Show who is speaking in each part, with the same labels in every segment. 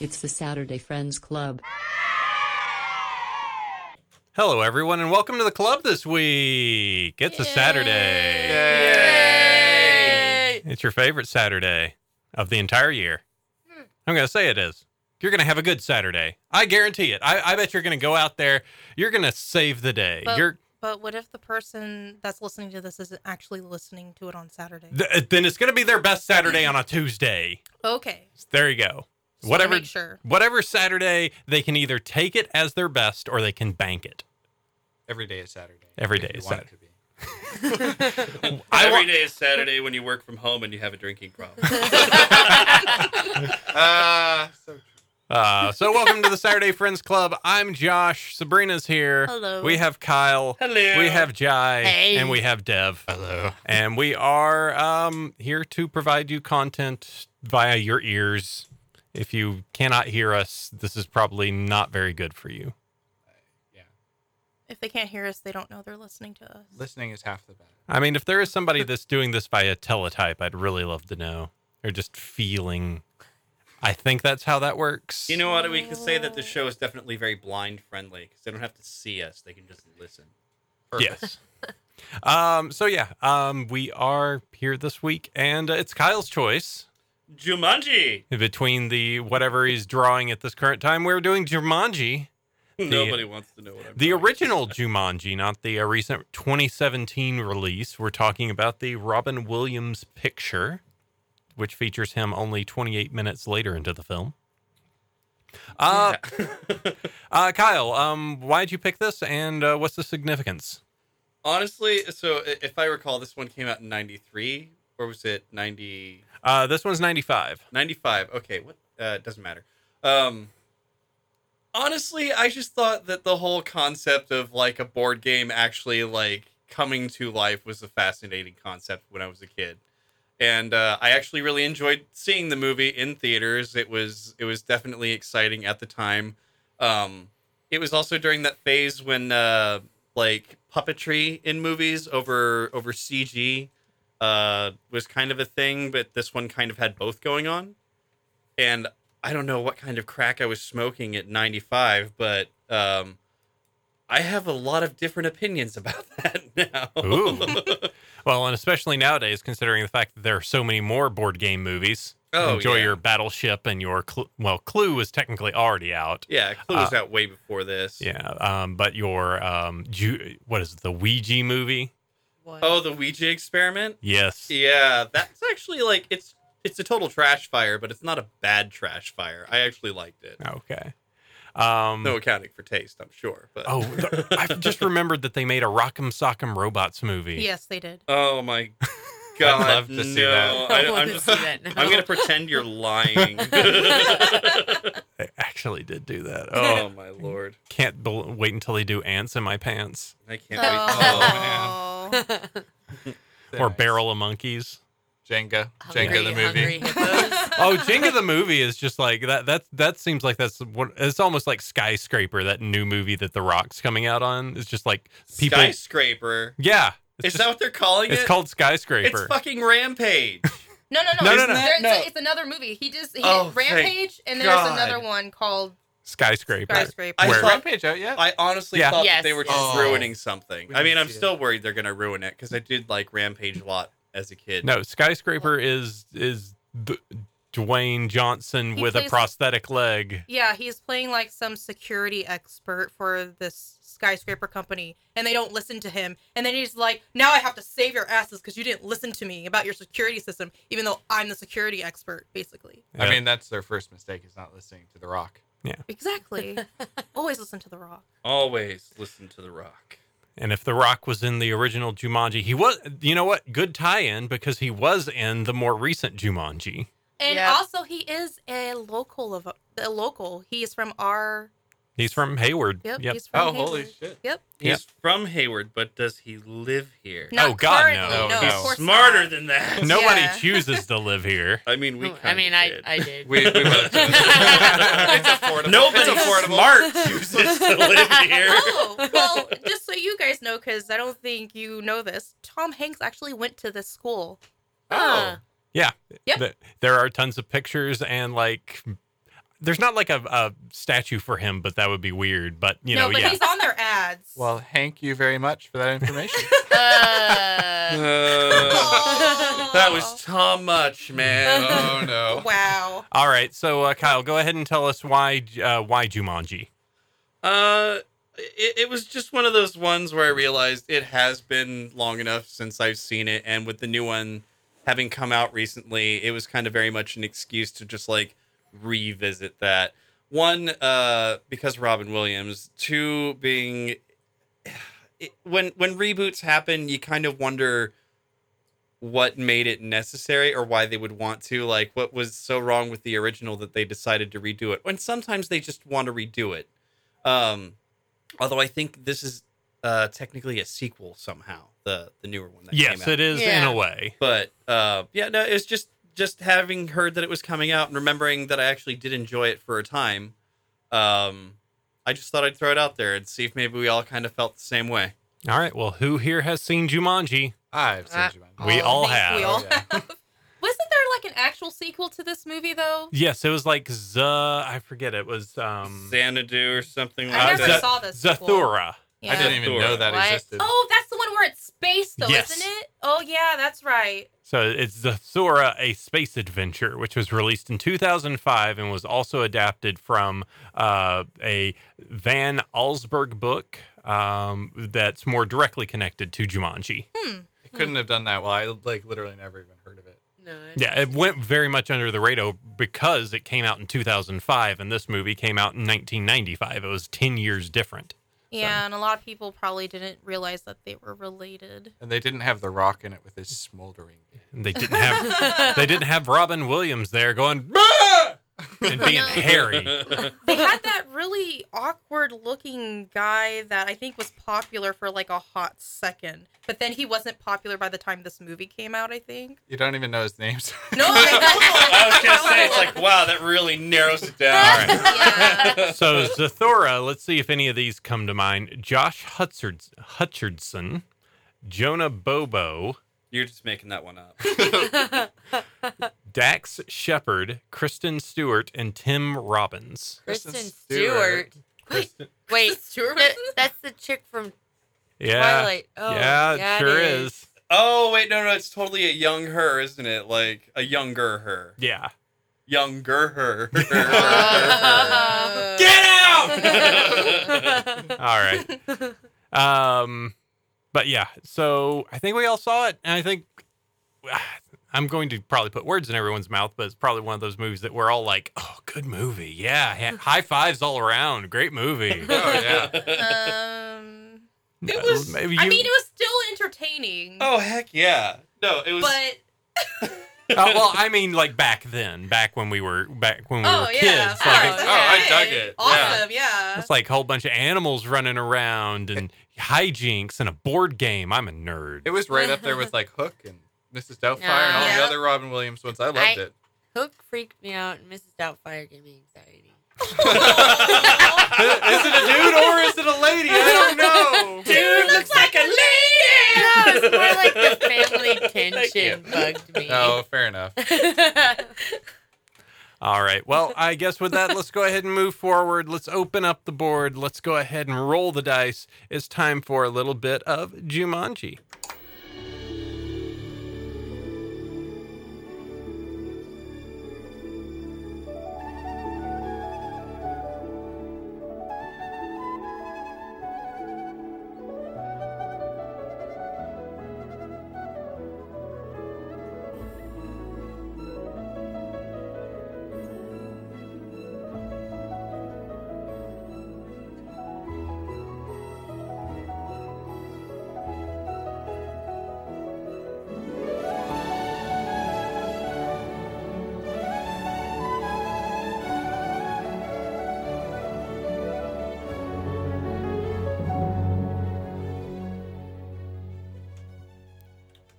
Speaker 1: It's the Saturday Friends Club.
Speaker 2: Hello, everyone, and welcome to the club this week. It's a Saturday. It's your favorite Saturday of the entire year.
Speaker 3: Hmm.
Speaker 2: I'm going to say it is. You're going to have a good Saturday. I guarantee it. I, I bet you're going to go out there. You're going to save the day.
Speaker 3: But-
Speaker 2: you're
Speaker 3: But what if the person that's listening to this isn't actually listening to it on Saturday?
Speaker 2: th- uh, then it's going to be their best Saturday on a Tuesday.
Speaker 3: okay.
Speaker 2: There you go.
Speaker 3: So I
Speaker 2: whatever
Speaker 3: Make sure.
Speaker 2: whatever Saturday they can either take it as their best or they can bank it.
Speaker 4: Every day is Saturday.
Speaker 2: Every
Speaker 4: If
Speaker 2: day
Speaker 4: you
Speaker 2: is
Speaker 4: want it to be.
Speaker 2: I
Speaker 5: Every
Speaker 2: want-
Speaker 5: day is Saturday when you work from home and you have a drinking problem.
Speaker 4: Ah, so true.
Speaker 2: Uh, so welcome to the Saturday Friends Club. I'm Josh. Sabrina's here.
Speaker 3: Hello.
Speaker 2: We have Kyle.
Speaker 5: Hello.
Speaker 2: We have Jai.
Speaker 3: Hey.
Speaker 2: And we have Dev.
Speaker 4: Hello.
Speaker 2: And we are um, here to provide you content via your ears. If you cannot hear us, this is probably not very good for you.
Speaker 3: If they can't hear us, they don't know they're listening to us.
Speaker 4: Listening is half the battle.
Speaker 2: I mean, if there is somebody that's doing this via teletype, I'd really love to know. Or just feeling. I think that's how that works.
Speaker 5: You know what? We can say that the show is definitely very blind friendly because they don't have to see us; they can just listen.
Speaker 2: Yes. um, so yeah, um, we are here this week, and uh, it's Kyle's choice
Speaker 5: Jumanji.
Speaker 2: between the whatever he's drawing at this current time. We're doing Jumanji,
Speaker 5: Nobody wants to know what I'm.
Speaker 2: the
Speaker 5: drawing.
Speaker 2: original Jumanji, not the uh, recent 2017 release. We're talking about the Robin Williams picture, which features him only 28 minutes later into the film. Uh, uh, Kyle, um, why'd you pick this, and uh, what's the significance?
Speaker 5: Honestly, so i- if I recall, this one came out in '93, or was it '90?
Speaker 2: Uh, this one's 95.
Speaker 5: 95 okay what uh it doesn't matter um honestly i just thought that the whole concept of like a board game actually like coming to life was a fascinating concept when i was a kid and uh, i actually really enjoyed seeing the movie in theaters it was it was definitely exciting at the time um it was also during that phase when uh like puppetry in movies over over cg uh, was kind of a thing, but this one kind of had both going on. And I don't know what kind of crack I was smoking at 95, but um, I have a lot of different opinions about that now.
Speaker 2: Ooh. Well, and especially nowadays, considering the fact that there are so many more board game movies.
Speaker 5: Oh,
Speaker 2: Enjoy
Speaker 5: yeah.
Speaker 2: your Battleship and your Cl- well, Clue was technically already out.
Speaker 5: yeah, Clue was out way before this.
Speaker 2: Yeah, um, but your um, Ju- what is it, the Ouija movie?
Speaker 3: What?
Speaker 5: Oh, the Ouija experiment?
Speaker 2: Yes.
Speaker 5: Yeah, that's actually like it's it's a total trash fire, but it's not a bad trash fire. I actually liked
Speaker 2: Mm.
Speaker 5: it.
Speaker 2: Okay. Um,
Speaker 5: No accounting for taste, I'm sure. But
Speaker 2: Oh, th- I just remembered that they made a Rock'em Sock'em Robots movie.
Speaker 3: Yes, they did.
Speaker 5: Oh my god!
Speaker 4: love to see
Speaker 5: no.
Speaker 4: that.
Speaker 5: I,
Speaker 6: I want
Speaker 5: am
Speaker 6: to see that now.
Speaker 5: I'm gonna pretend you're lying.
Speaker 2: They actually did do that. Oh,
Speaker 5: oh my lord!
Speaker 2: can't bel wait until they do Ants in My Pants
Speaker 5: I can't wait.
Speaker 4: Oh.
Speaker 5: Oh.
Speaker 3: Oh,
Speaker 2: or
Speaker 4: Nice.
Speaker 2: Barrel of Monkeys.
Speaker 4: Jenga.
Speaker 6: Hungry,
Speaker 4: Jenga the movie.
Speaker 6: Hungry hippos.
Speaker 2: oh, Jenga the movie is just like that. That that seems like that's what it's almost like skyscraper. That new movie that The Rock's coming out on is just like people.
Speaker 5: Skyscraper.
Speaker 2: yeah, it's,
Speaker 5: Is
Speaker 2: just-
Speaker 5: that what they're calling
Speaker 2: it's
Speaker 5: it?
Speaker 2: called
Speaker 5: It's
Speaker 2: skyscraper.
Speaker 5: fucking Rampage.
Speaker 3: no, no, no.
Speaker 2: No, no,
Speaker 3: it's,
Speaker 2: no.
Speaker 3: there- it's a-
Speaker 5: No.
Speaker 3: it's another movie. He just he
Speaker 5: Oh,
Speaker 3: did Rampage, and there's
Speaker 5: God.
Speaker 3: another one called
Speaker 2: skyscraper.
Speaker 3: Skyscraper.
Speaker 5: I
Speaker 2: Where-
Speaker 4: Is
Speaker 5: saw-
Speaker 4: Rampage out yet?
Speaker 5: I honestly
Speaker 2: Yeah.
Speaker 5: thought
Speaker 6: Yes.
Speaker 5: that they were just
Speaker 4: Oh.
Speaker 5: ruining something.
Speaker 4: We
Speaker 5: I mean,
Speaker 4: didn't
Speaker 5: I'm
Speaker 4: see it.
Speaker 5: still worried they're gonna ruin it because I did like Rampage a lot as a kid.
Speaker 2: No, skyscraper is is the, Dwayne Johnson
Speaker 3: He
Speaker 2: with a
Speaker 3: plays-
Speaker 2: prosthetic leg.
Speaker 3: Yeah, he's playing like some security expert for this skyscraper company, and they don't listen to him. And then he's like, "Now I have to save your asses because you didn't listen to me about your security system, even though I'm the security expert, basically."
Speaker 4: I mean, that's their first mistake is not listening to The Rock.
Speaker 3: Exactly. Always listen to The Rock.
Speaker 5: Always listen to The Rock.
Speaker 2: and if The Rock was in the original Jumanji, he was. You know what? Good tie-in because he was in the more recent Jumanji.
Speaker 3: And
Speaker 6: Yep.
Speaker 3: also, he is a local of a local. He is from our.
Speaker 2: He's from Hayward.
Speaker 3: Yep. He's from
Speaker 4: Oh, holy
Speaker 3: Hayward.
Speaker 4: shit.
Speaker 3: Yep.
Speaker 5: He's
Speaker 2: Yeah.
Speaker 5: from Hayward, but does he live here?
Speaker 3: Not
Speaker 2: Oh, God, no.
Speaker 3: currently,
Speaker 4: No,
Speaker 3: of
Speaker 4: no.
Speaker 3: course
Speaker 5: Smarter
Speaker 3: not.
Speaker 5: than that.
Speaker 2: Nobody
Speaker 3: Yeah.
Speaker 2: chooses to live here.
Speaker 5: I mean, we. kinda
Speaker 6: Oh, I mean, I,
Speaker 5: did.
Speaker 6: I did.
Speaker 4: We, we both did.
Speaker 5: It's
Speaker 4: affordable.
Speaker 5: Nobody
Speaker 4: It's affordable.
Speaker 5: smart chooses to live here.
Speaker 3: oh well just so you guys know because i don't think you know this tom hanks actually went to this school
Speaker 6: Huh.
Speaker 2: Yeah.
Speaker 3: Yep.
Speaker 2: Th- There are tons of pictures and like there's not like a, a statue for him, but that would be weird. But you
Speaker 3: no,
Speaker 2: know,
Speaker 3: but
Speaker 2: yeah,
Speaker 3: he's on their ads.
Speaker 4: Well, Hank, you very much for that information.
Speaker 6: Uh,
Speaker 5: Uh,
Speaker 3: Oh.
Speaker 5: that was too much, man.
Speaker 4: oh no.
Speaker 3: wow.
Speaker 2: All right, so uh, Kyle, go ahead and tell us why uh, why Jumanji.
Speaker 5: Uh, it, it was just one of those ones where I realized it has been long enough since I've seen it, and with the new one having come out recently, it was kind of very much an excuse to just like revisit that. One, uh, because Robin Williams. Two, being it, when when reboots happen, you kind of wonder what made it necessary or why they would want to like what was so wrong with the original that they decided to redo it. When sometimes they just want to redo it. Um, although I think this is uh, technically a sequel somehow, the the newer one that
Speaker 2: Yes,
Speaker 5: came out.
Speaker 2: it is in
Speaker 6: Yeah.
Speaker 2: a way.
Speaker 5: But uh, yeah, no, it's just just having heard that it was coming out and remembering that I actually did enjoy it for a time. Um, I just thought I'd throw it out there and see if maybe we all kind of felt the same way.
Speaker 2: All right, well, who here has seen Jumanji?
Speaker 4: Ah, I've seen
Speaker 6: Uh,
Speaker 4: Jumanji.
Speaker 2: We
Speaker 3: Oh,
Speaker 2: all
Speaker 3: thanks,
Speaker 2: have.
Speaker 3: we all-
Speaker 4: Oh, yeah.
Speaker 3: Wasn't there like an actual sequel to this movie though?
Speaker 2: Yes, it was like Z. I forget it was um,
Speaker 5: Xanadu or something
Speaker 3: I
Speaker 5: like
Speaker 2: uh,
Speaker 3: never
Speaker 5: that.
Speaker 3: saw this. sequel.
Speaker 2: Zathura.
Speaker 4: I didn't even know that
Speaker 6: What?
Speaker 4: existed.
Speaker 3: Oh, that's the one where it's space though,
Speaker 2: Yes.
Speaker 3: isn't it? Oh yeah, that's right.
Speaker 2: So it's Zathura, a space adventure, which was released in 2005 and was also adapted from uh, a Van Allsburg book um, that's more directly connected to Jumanji.
Speaker 4: I couldn't have done that. Well, I like literally never even heard of it.
Speaker 6: no.
Speaker 2: Yeah, it went very much under the radar because it came out in 2005 and this movie came out in 1995. It was 10 years different.
Speaker 3: Yeah, and a lot of people probably didn't realize that they were related.
Speaker 4: And they didn't have The Rock in it with his smoldering.
Speaker 2: And they didn't have they didn't have Robin Williams there going and being
Speaker 6: No.
Speaker 2: hairy.
Speaker 3: They had that really awkward looking guy that I think was popular for like a hot second, but then he wasn't popular by the time this movie came out. I think.
Speaker 4: You don't even know his name. so-
Speaker 3: No, I
Speaker 5: I was gonna say it's like wow, that really narrows it down.
Speaker 2: All right.
Speaker 6: Yeah.
Speaker 2: So Zathura, let's see if any of these come to mind. Josh Hutchard, Hutchardson, Jonah Bobo,
Speaker 5: You're just making that one up.
Speaker 2: Dax Shepard, Kristen Stewart, and Tim Robbins.
Speaker 6: Kristen
Speaker 4: Kristen
Speaker 6: Stewart.
Speaker 4: Kristen-
Speaker 6: Wait,
Speaker 3: Stewart was
Speaker 6: that-
Speaker 3: in it?
Speaker 6: that's the chick from
Speaker 2: Yeah.
Speaker 6: Twilight. Oh,
Speaker 2: yeah, it sure
Speaker 6: it
Speaker 2: is.
Speaker 5: Oh wait, no, no, it's totally a young her, isn't it? Like a younger her,
Speaker 2: Yeah.
Speaker 5: younger her.
Speaker 6: Uh,
Speaker 5: Get out!
Speaker 2: All right. Um, but yeah, so I think we all saw it, and I think I'm going to probably put words in everyone's mouth, but it's probably one of those movies that we're all like, "Oh, good movie, yeah, ha- high fives all around, great movie."
Speaker 4: Oh yeah.
Speaker 3: um,
Speaker 2: Uh,
Speaker 3: it was.
Speaker 2: maybe
Speaker 3: I
Speaker 2: you-
Speaker 3: mean, it was still entertaining.
Speaker 5: Oh heck yeah! No, it was.
Speaker 3: but
Speaker 2: Uh, well, I mean, like back then, back when we were back when we
Speaker 3: oh
Speaker 2: were
Speaker 3: yeah,
Speaker 2: kids,
Speaker 3: of
Speaker 2: like
Speaker 3: course,
Speaker 2: it's,
Speaker 5: Oh, I
Speaker 3: okay.
Speaker 5: dug it.
Speaker 3: Awesome, yeah.
Speaker 2: it's like a whole bunch of animals running around and hijinks and a board game. I'm a nerd.
Speaker 4: It was right up there with like Hook and Mrs. Doubtfire and all
Speaker 3: Yeah.
Speaker 4: the other Robin Williams ones. I loved
Speaker 6: I-
Speaker 4: it.
Speaker 6: Hook freaked me out, and Mrs. Doubtfire gave me anxiety.
Speaker 2: Is it a dude or is it a lady? I don't know.
Speaker 5: dude looks like a lady.
Speaker 6: No, it's more like the family tension bugged me.
Speaker 4: Oh, fair enough.
Speaker 2: All right. Well, I guess with that, let's go ahead and move forward. Let's open up the board. Let's go ahead and roll the dice. It's time for a little bit of Jumanji.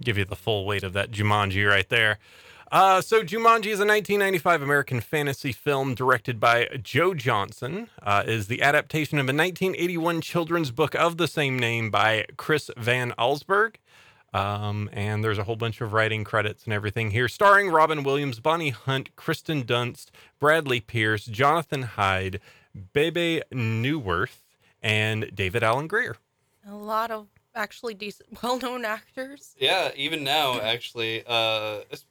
Speaker 2: give you the full weight of that Jumanji right there. Uh, so Jumanji is a 1995 American fantasy film directed by Joe Johnson. Uh, is the adaptation of a 1981 children's book of the same name by Chris Van Allsburg. Um, and there's a whole bunch of writing credits and everything here, starring Robin Williams, Bonnie Hunt, Kristen Dunst, Bradley Pierce, Jonathan Hyde, Bebe Newworth, and David Allen Greer.
Speaker 3: A lot of actually decent, well-known actors.
Speaker 5: Yeah, even now, actually, uh, it's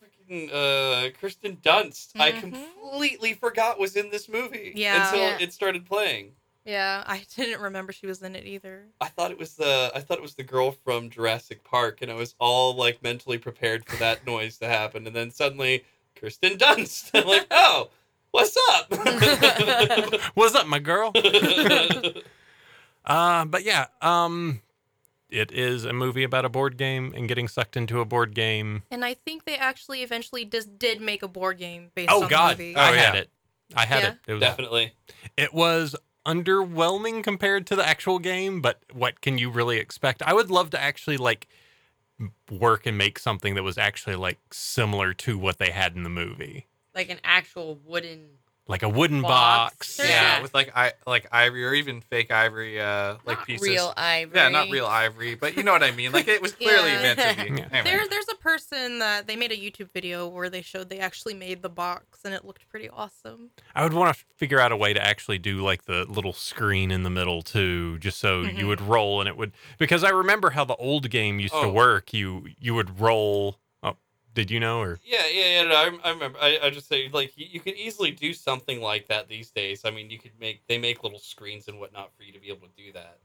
Speaker 5: fucking uh, Kristen Dunst, I
Speaker 3: Mhm.
Speaker 5: completely forgot was in this movie
Speaker 3: Yeah.
Speaker 5: until
Speaker 6: Yeah.
Speaker 5: it started playing.
Speaker 3: Yeah, I didn't remember she was in it either.
Speaker 5: I thought it was the I thought it was the girl from Jurassic Park, and I was all like mentally prepared for that noise to happen, and then suddenly Kristen Dunst, I'm like, oh, what's up?
Speaker 2: What's up, my girl? Uh, but yeah, um, it is a movie about a board game and getting sucked into a board game.
Speaker 3: And I think they actually eventually just did make a board game based on
Speaker 2: Oh God,
Speaker 3: the movie.
Speaker 2: I
Speaker 5: Oh,
Speaker 2: had
Speaker 5: yeah.
Speaker 2: it. I had
Speaker 3: Yeah.
Speaker 2: it. It was,
Speaker 5: Definitely.
Speaker 2: it was underwhelming compared to the actual game, but what can you really expect? I would love to actually like work and make something that was actually like similar to what they had in the movie,
Speaker 6: like an actual wooden.
Speaker 2: like a wooden
Speaker 6: Box.
Speaker 2: box.
Speaker 6: Sure.
Speaker 4: Yeah, with like I like ivory or even fake ivory, uh, like
Speaker 6: not
Speaker 4: pieces.
Speaker 6: Real ivory.
Speaker 4: Yeah, not real ivory, but you know what I mean. Like it was clearly
Speaker 3: Yeah.
Speaker 4: meant to be.
Speaker 2: Yeah.
Speaker 4: Anyway.
Speaker 3: There, there's a person that they made a YouTube video where they showed they actually made the box and it looked pretty awesome.
Speaker 2: I would want to figure out a way to actually do like the little screen in the middle too, just so you
Speaker 3: Mhm.
Speaker 2: would roll and it would because I remember how the old game used to
Speaker 5: Oh.
Speaker 2: work. You you would roll. Oh, did you know or
Speaker 5: Yeah, yeah, yeah. No, I, I remember. I, I just say like you, you could easily do something like that these days. I mean, you could make they make little screens and whatnot for you to be able to do that.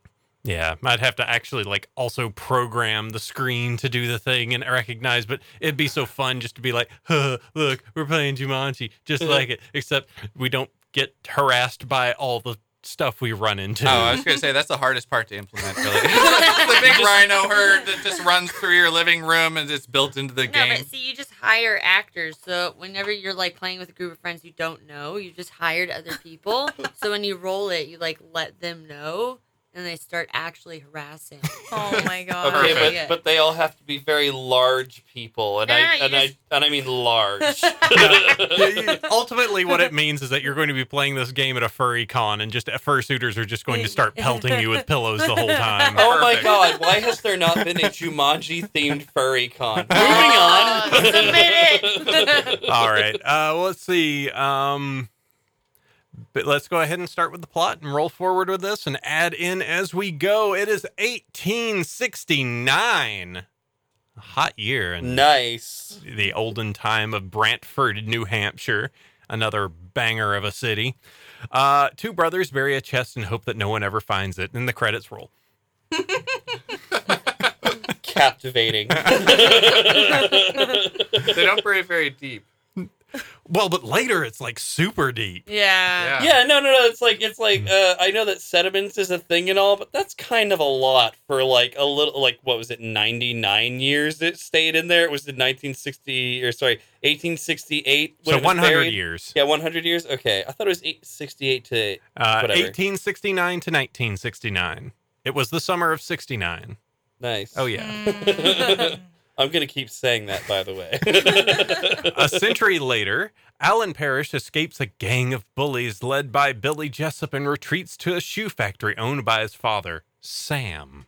Speaker 2: yeah, I'd have to actually like also program the screen to do the thing and recognize. But it'd be so fun just to be like, huh, look, we're playing Jumanji just like it, except we don't get harassed by all the stuff we run into.
Speaker 4: Oh, I was gonna say that's the hardest part to implement. Really, the big rhino herd that just runs through your living room and it's built into the
Speaker 6: No,
Speaker 4: game.
Speaker 6: but see, you just hire actors. So whenever you're like playing with a group of friends you don't know, you just hired other people. so when you roll it, you like let them know, and they start actually harassing.
Speaker 3: Oh my god.
Speaker 5: Okay,
Speaker 4: Perfect.
Speaker 5: but
Speaker 6: Yeah.
Speaker 5: but they all have to be very large people, and
Speaker 6: No,
Speaker 5: I
Speaker 6: no, you
Speaker 5: and
Speaker 6: just-
Speaker 5: I and I mean large.
Speaker 2: Ultimately, what it means is that you're going to be playing this game at a furry con, and just uh, fursuiters are just going to start pelting you with pillows the whole time.
Speaker 5: oh my
Speaker 4: Perfect.
Speaker 5: god! Why has there not been a Jumanji themed furry con? Moving
Speaker 6: Oh,
Speaker 5: on.
Speaker 6: submit
Speaker 2: All right. Uh, well, let's see. Um, but let's go ahead and start with the plot and roll forward with this and add in as we go. It is 1869. A Hot year and
Speaker 5: nice.
Speaker 2: the olden time of Brantford, New Hampshire, another banger of a city. Uh, two brothers bury a chest and hope that no one ever finds it, and the credits roll.
Speaker 5: Captivating.
Speaker 4: they don't bury very deep.
Speaker 2: Well, but later it's like super deep.
Speaker 6: Yeah.
Speaker 5: Yeah, no, no, no. It's like it's
Speaker 2: Mm.
Speaker 5: like uh, I know that sediments is a thing and all, but that's kind of a lot for like a little like what was it ninety nine years it stayed in there. It was in nineteen sixty or sorry eighteen sixty eight.
Speaker 2: So 100 years.
Speaker 5: Yeah, one hundred years. Okay, I thought it was eight, sixty eight to.
Speaker 2: Uh,
Speaker 5: Whatever.
Speaker 2: 1869 to 1969. It was the summer of 69.
Speaker 5: Nice.
Speaker 2: Oh, yeah.
Speaker 3: Mm.
Speaker 5: I'm gonna keep saying that. By the way.
Speaker 2: a century later, Alan Parrish escapes a gang of bullies led by Billy Jessup and retreats to a shoe factory owned by his father, Sam.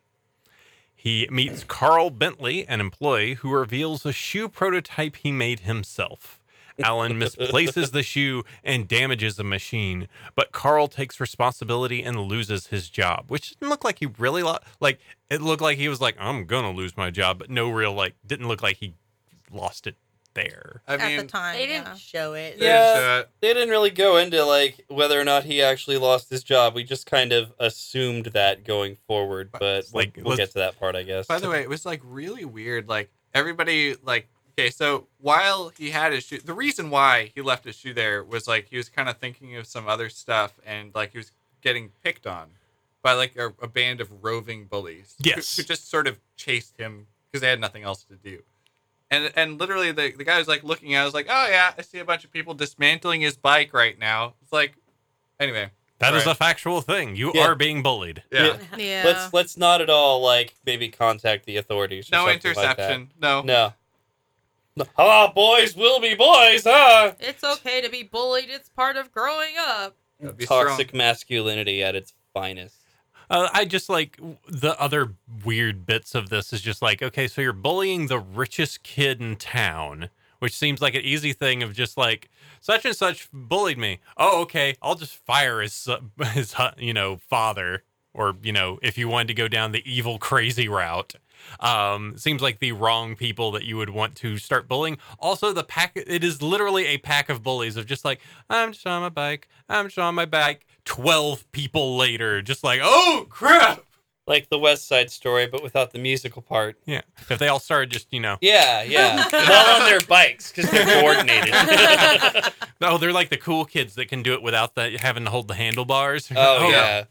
Speaker 2: He meets Carl Bentley, an employee, who reveals a shoe prototype he made himself. Alan misplaces the shoe and damages the machine, but Carl takes responsibility and loses his job, which didn't look like he really lo- like. It looked like he was like, "I'm gonna lose my job," but no real like. Didn't look like he lost it there.
Speaker 4: I
Speaker 3: At
Speaker 4: mean,
Speaker 3: the time.
Speaker 6: They
Speaker 3: yeah.
Speaker 6: didn't show it.
Speaker 5: Yeah.
Speaker 4: there's uh, that.
Speaker 5: they didn't really go into like whether or not he actually lost his job. We just kind of assumed that going forward,
Speaker 4: But-
Speaker 5: but
Speaker 2: like,
Speaker 5: we'll, we'll
Speaker 2: let's-
Speaker 5: get to that part, I guess.
Speaker 4: By the way, it was like really weird. Like everybody, like okay, so while he had his shoe, the reason why he left his shoe there was like he was kind of thinking of some other stuff, and like he was getting picked on by like a, a band of roving bullies. who-
Speaker 2: Yes.
Speaker 4: who, just sort of chased him because they had nothing else to do. And, and literally the, the guy was like looking at it, I was like, Oh yeah, I see a bunch of people dismantling his bike right now. It's like anyway.
Speaker 2: That is
Speaker 4: Right.
Speaker 2: a factual thing. You
Speaker 5: Yeah.
Speaker 2: are being bullied.
Speaker 4: Yeah.
Speaker 5: Yeah.
Speaker 3: Yeah.
Speaker 5: Let's let's not at all like maybe contact the authorities. Or
Speaker 4: No
Speaker 5: something like that.
Speaker 4: interception. no.
Speaker 5: No. No. Ah, boys will be boys, huh?
Speaker 3: It's okay to be bullied. It's part of growing up.
Speaker 4: That'd be
Speaker 5: Toxic
Speaker 4: strong.
Speaker 5: masculinity at its finest.
Speaker 2: Uh, I just like w- the other weird bits of this is just like, okay, so you're bullying the richest kid in town, which seems like an easy thing of just like such and such bullied me. Oh, okay, I'll just fire his son- his hu- you know father, or you know if you wanted to go down the evil crazy route. Um, seems like the wrong people that you would want to start bullying. Also, the pack it is literally a pack of bullies of just like I'm just on my bike, I'm just on my bike. Twelve people later, just like oh crap.
Speaker 7: Like the West Side Story, but without the musical part.
Speaker 2: Yeah, if they all started just you know,
Speaker 7: Yeah, yeah. All on their bikes because they're coordinated.
Speaker 2: oh they're like the cool kids that can do it without the having to hold the handlebars.
Speaker 7: oh yeah.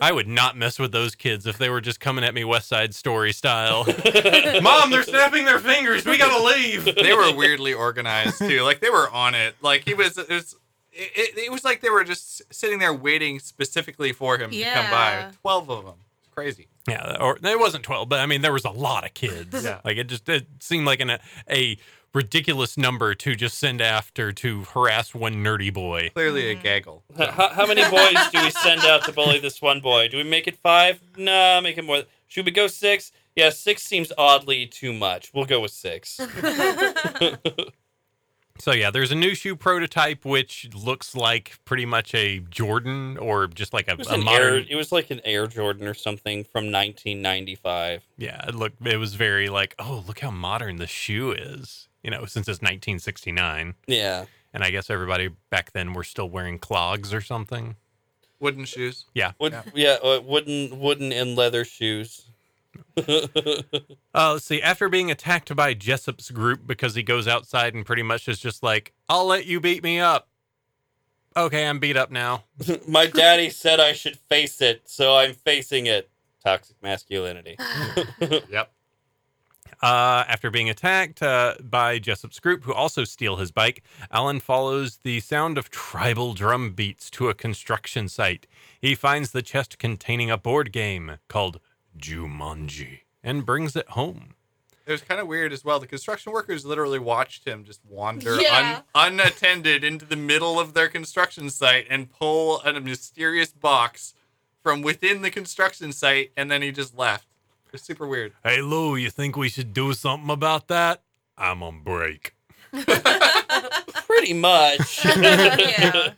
Speaker 2: I would not mess with those kids if they were just coming at me West Side Story style. Mom, they're snapping their fingers. We gotta leave.
Speaker 4: they were weirdly organized too. Like they were on it. Like he was. It was, it, it, it was like they were just sitting there waiting specifically for him to come
Speaker 3: Yeah.
Speaker 4: by. Twelve of them. It's crazy.
Speaker 2: Yeah, or it wasn't twelve, but I mean there was a lot of kids.
Speaker 4: Yeah.
Speaker 2: Like it just it seemed like an, a ridiculous number to just send after to harass one nerdy boy.
Speaker 4: Clearly a
Speaker 3: Mhm.
Speaker 4: gaggle.
Speaker 7: H- How, how many boys do we send out to bully this one boy? Do we make it five? Nah, make it more. Should we go six? Yeah, six seems oddly too much. We'll go with six.
Speaker 2: So yeah, there's a new shoe prototype which looks like pretty much a Jordan or just like a,
Speaker 7: It was,
Speaker 2: a
Speaker 7: an
Speaker 2: modern.
Speaker 7: Air, it was like an Air Jordan or something from 1995.
Speaker 2: Yeah, it looked it was very like oh look how modern the shoe is. You know, since it's 1969,
Speaker 7: Yeah.
Speaker 2: and I guess everybody back then were still wearing clogs or something.
Speaker 4: Wooden shoes.
Speaker 7: Wood, yeah, uh, wooden, wooden and leather shoes.
Speaker 2: Uh, let's see. After being attacked by Jessup's group because he goes outside and pretty much is just like, I'll let you beat me up. Okay, I'm beat up now.
Speaker 7: My daddy said I should face it, so I'm facing it. Toxic masculinity.
Speaker 4: Yep.
Speaker 2: Uh, after being attacked uh, by Jessup's group, who also steal his bike, Alan follows the sound of tribal drum beats to a construction site. He finds the chest containing a board game called Jumanji and brings it home.
Speaker 4: It was kind of weird as well. The construction workers literally watched him just wander
Speaker 3: Yeah.
Speaker 4: un- unattended into the middle of their construction site and pull a mysterious box from within the construction site, and then he just left. It's super weird.
Speaker 2: Hey, Lou, you think we should do something about that? I'm on break.
Speaker 7: Pretty much.
Speaker 3: Yeah.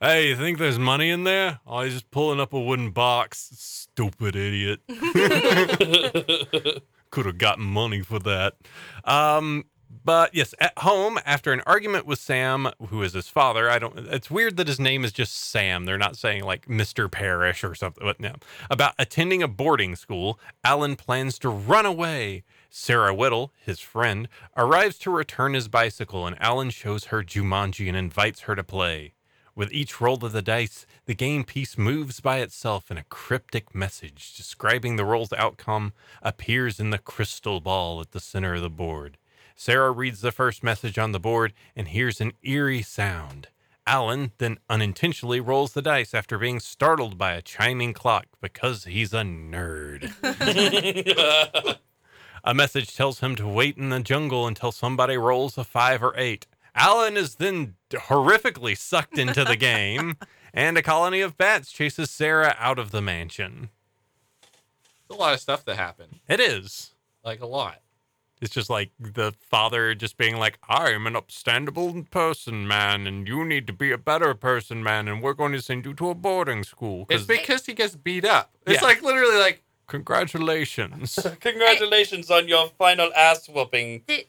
Speaker 2: Hey, you think there's money in there? Oh, he's just pulling up a wooden box. Stupid idiot. Could have gotten money for that. Um, but yes, at home, after an argument with Sam, who is his father, I don't. It's weird that his name is just Sam. They're not saying like Mr. Parrish or something. But no, about attending a boarding school, Alan plans to run away. Sarah Whittle, his friend, arrives to return his bicycle, and Alan shows her Jumanji and invites her to play. With each roll of the dice, the game piece moves by itself, and a cryptic message describing the roll's outcome appears in the crystal ball at the center of the board. Sarah reads the first message on the board and hears an eerie sound. Alan then unintentionally rolls the dice after being startled by a chiming clock because he's a nerd. A message tells him to wait in the jungle until somebody rolls a five or eight. Alan is then horrifically sucked into the game, and a colony of bats chases Sarah out of the mansion.
Speaker 4: There's a lot of stuff that happened.
Speaker 2: It is.
Speaker 4: Like a lot.
Speaker 2: It's just like the father just being like, I'm an upstandable person, man, and you need to be a better person, man, and we're going to send you to a boarding school.
Speaker 4: It's
Speaker 2: 'cause-
Speaker 4: because he gets beat up. It's
Speaker 2: Yeah.
Speaker 4: like literally like
Speaker 2: Congratulations.
Speaker 7: Congratulations on your final ass whooping
Speaker 6: Did-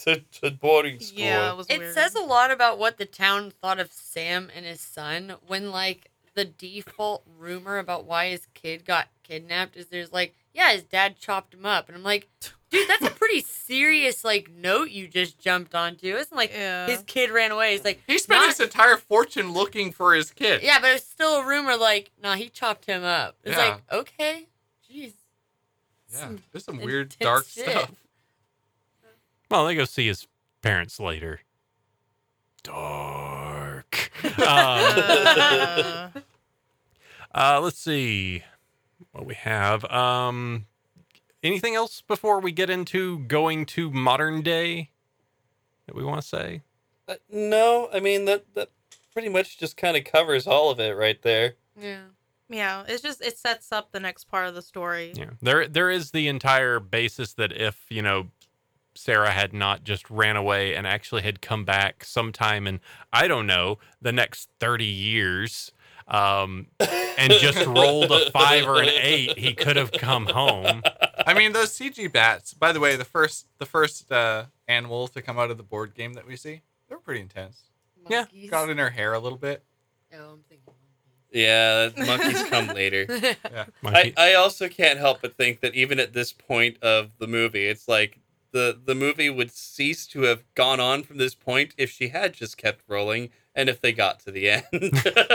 Speaker 7: to, to boarding school.
Speaker 3: yeah, it was
Speaker 6: it
Speaker 3: weird.
Speaker 6: says a lot about what the town thought of Sam and his son when like the default rumor about why his kid got kidnapped is there's like, yeah, his dad chopped him up. And I'm like, dude, that's a pretty serious like note you just jumped onto. It's like
Speaker 3: Yeah.
Speaker 6: his kid ran away. It's like
Speaker 4: he spent
Speaker 6: not-
Speaker 4: his entire fortune looking for his kid.
Speaker 6: Yeah, but it's still a rumor like, nah, he chopped him up. It's
Speaker 4: Yeah.
Speaker 6: like, okay. Jeez.
Speaker 4: Yeah.
Speaker 6: Some
Speaker 4: There's some
Speaker 6: intense
Speaker 4: weird dark
Speaker 6: shit.
Speaker 4: stuff.
Speaker 2: Well, they go see his parents later. Dark. um,
Speaker 3: Uh,
Speaker 2: uh, let's see what we have. Um, anything else before we get into going to modern day that we want to say?
Speaker 7: Uh, no, I mean that that pretty much just kind of covers all of it right there.
Speaker 6: Yeah.
Speaker 3: Yeah, it's just it sets up the next part of the story.
Speaker 2: Yeah. There there is the entire basis that if, you know, Sarah had not just ran away and actually had come back sometime in I don't know, the next 30 years um and just rolled a 5 or an 8, he could have come home.
Speaker 4: I mean, those CG bats. By the way, the first the first uh, animal to come out of the board game that we see, they're pretty intense.
Speaker 2: Yeah,
Speaker 6: Monkeys?
Speaker 4: Got in her hair a little bit.
Speaker 6: Oh, I'm thinking. monkeys.
Speaker 5: Yeah, monkeys come later. I,
Speaker 2: Monkey-
Speaker 5: I also can't help but think that even at this point of the movie, it's like the the movie would cease to have gone on from this point if she had just kept rolling and if they got to the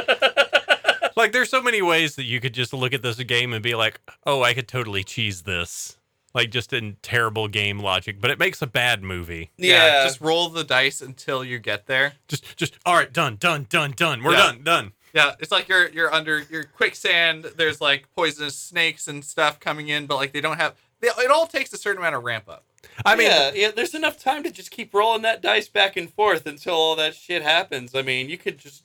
Speaker 5: end.
Speaker 2: like there's so many ways that you could just look at this game and be like, "Oh, I could totally cheese this." Like just in terrible game logic, but it makes a bad movie.
Speaker 5: yeah.
Speaker 4: Just roll the dice until you get there.
Speaker 2: Just just all right, done, done, done, done. We're
Speaker 4: Yeah.
Speaker 2: done, done.
Speaker 4: Yeah, it's like you're you're under your quicksand. There's like poisonous snakes and stuff coming in, but like they don't have. They, it all takes a certain amount of ramp up.
Speaker 2: I mean,
Speaker 5: yeah, yeah, there's enough time to just keep rolling that dice back and forth until all that shit happens. I mean, you could just.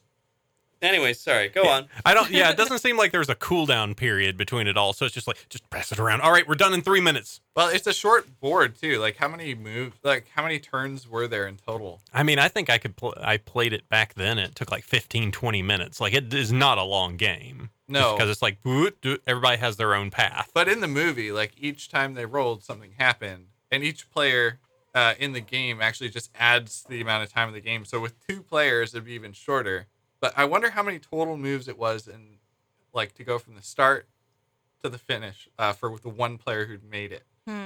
Speaker 5: Anyway, sorry, go on.
Speaker 2: I don't. Yeah, it doesn't seem like there's a cool down period between it all. So it's just like just pass it around. All right, we're done in three minutes.
Speaker 4: Well, it's a short board too. Like how many moves? Like how many turns were there in total?
Speaker 2: I mean, I think I could. Pl- I played it back then. And it took like 15, 20 minutes. Like it is not a long game.
Speaker 4: No.
Speaker 2: because it's like boot, doot, everybody has their own path.
Speaker 4: But in the movie, like each time they rolled, something happened, and each player uh, in the game actually just adds the amount of time of the game. So with two players, it'd be even shorter. But I wonder how many total moves it was, and like to go from the start to the finish uh, for the one player who'd made it.
Speaker 3: Hmm.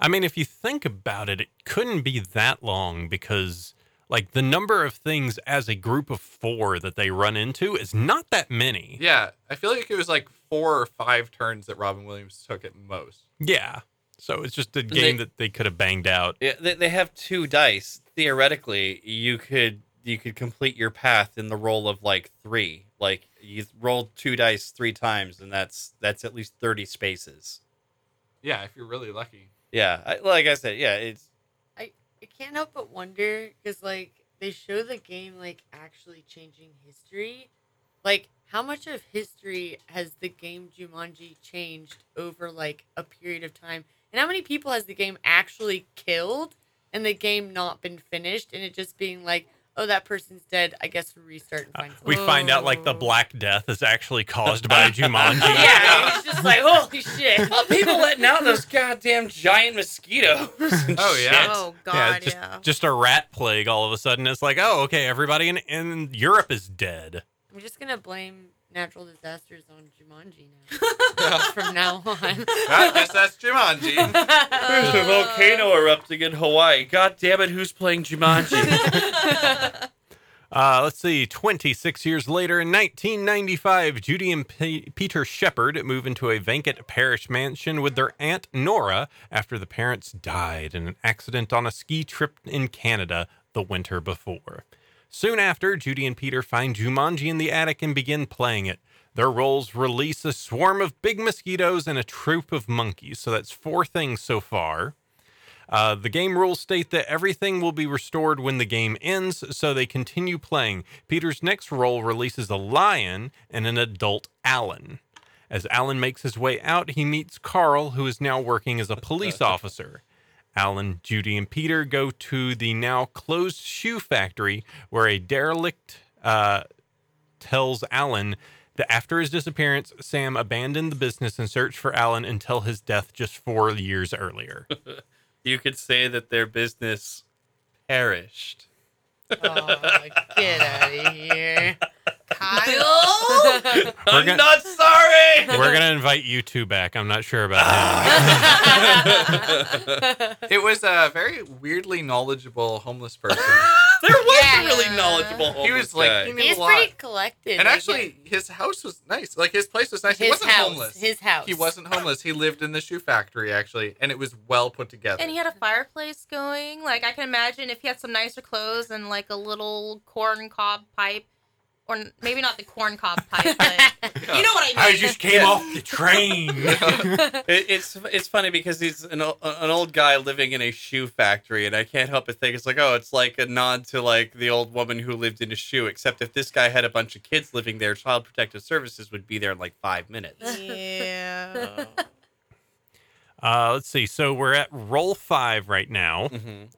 Speaker 2: I mean, if you think about it, it couldn't be that long because like the number of things as a group of four that they run into is not that many.
Speaker 4: Yeah, I feel like it was like four or five turns that Robin Williams took at most.
Speaker 2: Yeah. So it's just a
Speaker 5: they-
Speaker 2: game that they could have banged out.
Speaker 5: Yeah, they, they have two dice. Theoretically, you could you could complete your path in the roll of like three. Like you roll two dice three times, and that's that's at least thirty spaces.
Speaker 4: Yeah, if you're really lucky.
Speaker 5: Yeah, I, like I said, yeah, it's
Speaker 6: I can't help but wonder because like they show the game like actually changing history. Like how much of history has the game Jumanji changed over like a period of time? And how many people has the game actually killed and the game not been finished and it just being like, oh that person's dead, I guess Uh, we restart and find
Speaker 2: We
Speaker 6: someone.
Speaker 2: find out like the
Speaker 3: Oh.
Speaker 2: Black Death is actually caused by Jumanji.
Speaker 6: yeah, it's just like holy shit.
Speaker 5: people letting out those goddamn giant mosquitoes.
Speaker 4: Oh, yeah.
Speaker 3: Oh
Speaker 2: Yeah,
Speaker 3: God,
Speaker 2: just,
Speaker 3: yeah.
Speaker 2: just a rat plague all of a sudden. It's like, oh, okay, everybody in, in Europe is dead.
Speaker 6: I'm just gonna blame natural disasters on Jumanji now. From now on.
Speaker 4: I guess that's Jumanji.
Speaker 5: There's a volcano erupting in Hawaii. God damn it, who's playing Jumanji?
Speaker 2: Uh, let's see, 26 years later, in 1995, Judy and P- Peter Shepard move into a vacant parish mansion with their aunt Nora after the parents died in an accident on a ski trip in Canada the winter before. Soon after, Judy and Peter find Jumanji in the attic and begin playing it. Their roles release a swarm of big mosquitoes and a troop of monkeys. So that's four things so far. Uh, the game rules state that everything will be restored when the game ends, so they continue playing. Peter's next role releases a lion and an adult Alan. As Alan makes his way out, he meets Carl, who is now working as a police officer. Alan, Judy, and Peter go to the now closed shoe factory where a derelict uh, tells Alan that after his disappearance, Sam abandoned the business in search for Alan until his death just four years earlier.
Speaker 5: you could say that their business perished.
Speaker 6: Oh, get out of here.
Speaker 3: Kyle.
Speaker 5: I'm
Speaker 2: gonna-
Speaker 5: not sorry.
Speaker 2: We're gonna invite you two back. I'm not sure about him.
Speaker 4: it was a very weirdly knowledgeable homeless person.
Speaker 5: There was
Speaker 6: Yeah.
Speaker 5: a really knowledgeable homeless
Speaker 4: He was like,
Speaker 5: guy.
Speaker 4: he knew
Speaker 6: He's
Speaker 4: a lot.
Speaker 6: pretty collected.
Speaker 4: And
Speaker 6: like,
Speaker 4: actually, his house was nice. Like his place was nice.
Speaker 6: his
Speaker 4: he wasn't
Speaker 6: house.
Speaker 4: homeless.
Speaker 6: His house.
Speaker 4: He wasn't homeless. He lived in the shoe factory actually, and it was well put together.
Speaker 3: and he had a fireplace going. Like I can imagine if he had some nicer clothes and like a little corn cob pipe or n- maybe not the corn cob pipe, but you know what I mean.
Speaker 2: came off the train.
Speaker 5: It, it's it's funny because he's an o- an old guy living in a shoe factory, and I can't help but think it's like, oh, it's like a nod to like the old woman who lived in a shoe. Except if this guy had a bunch of kids living there, Child Protective Services would be there in like five minutes.
Speaker 3: yeah.
Speaker 2: uh, let's see. So we're at roll five right now.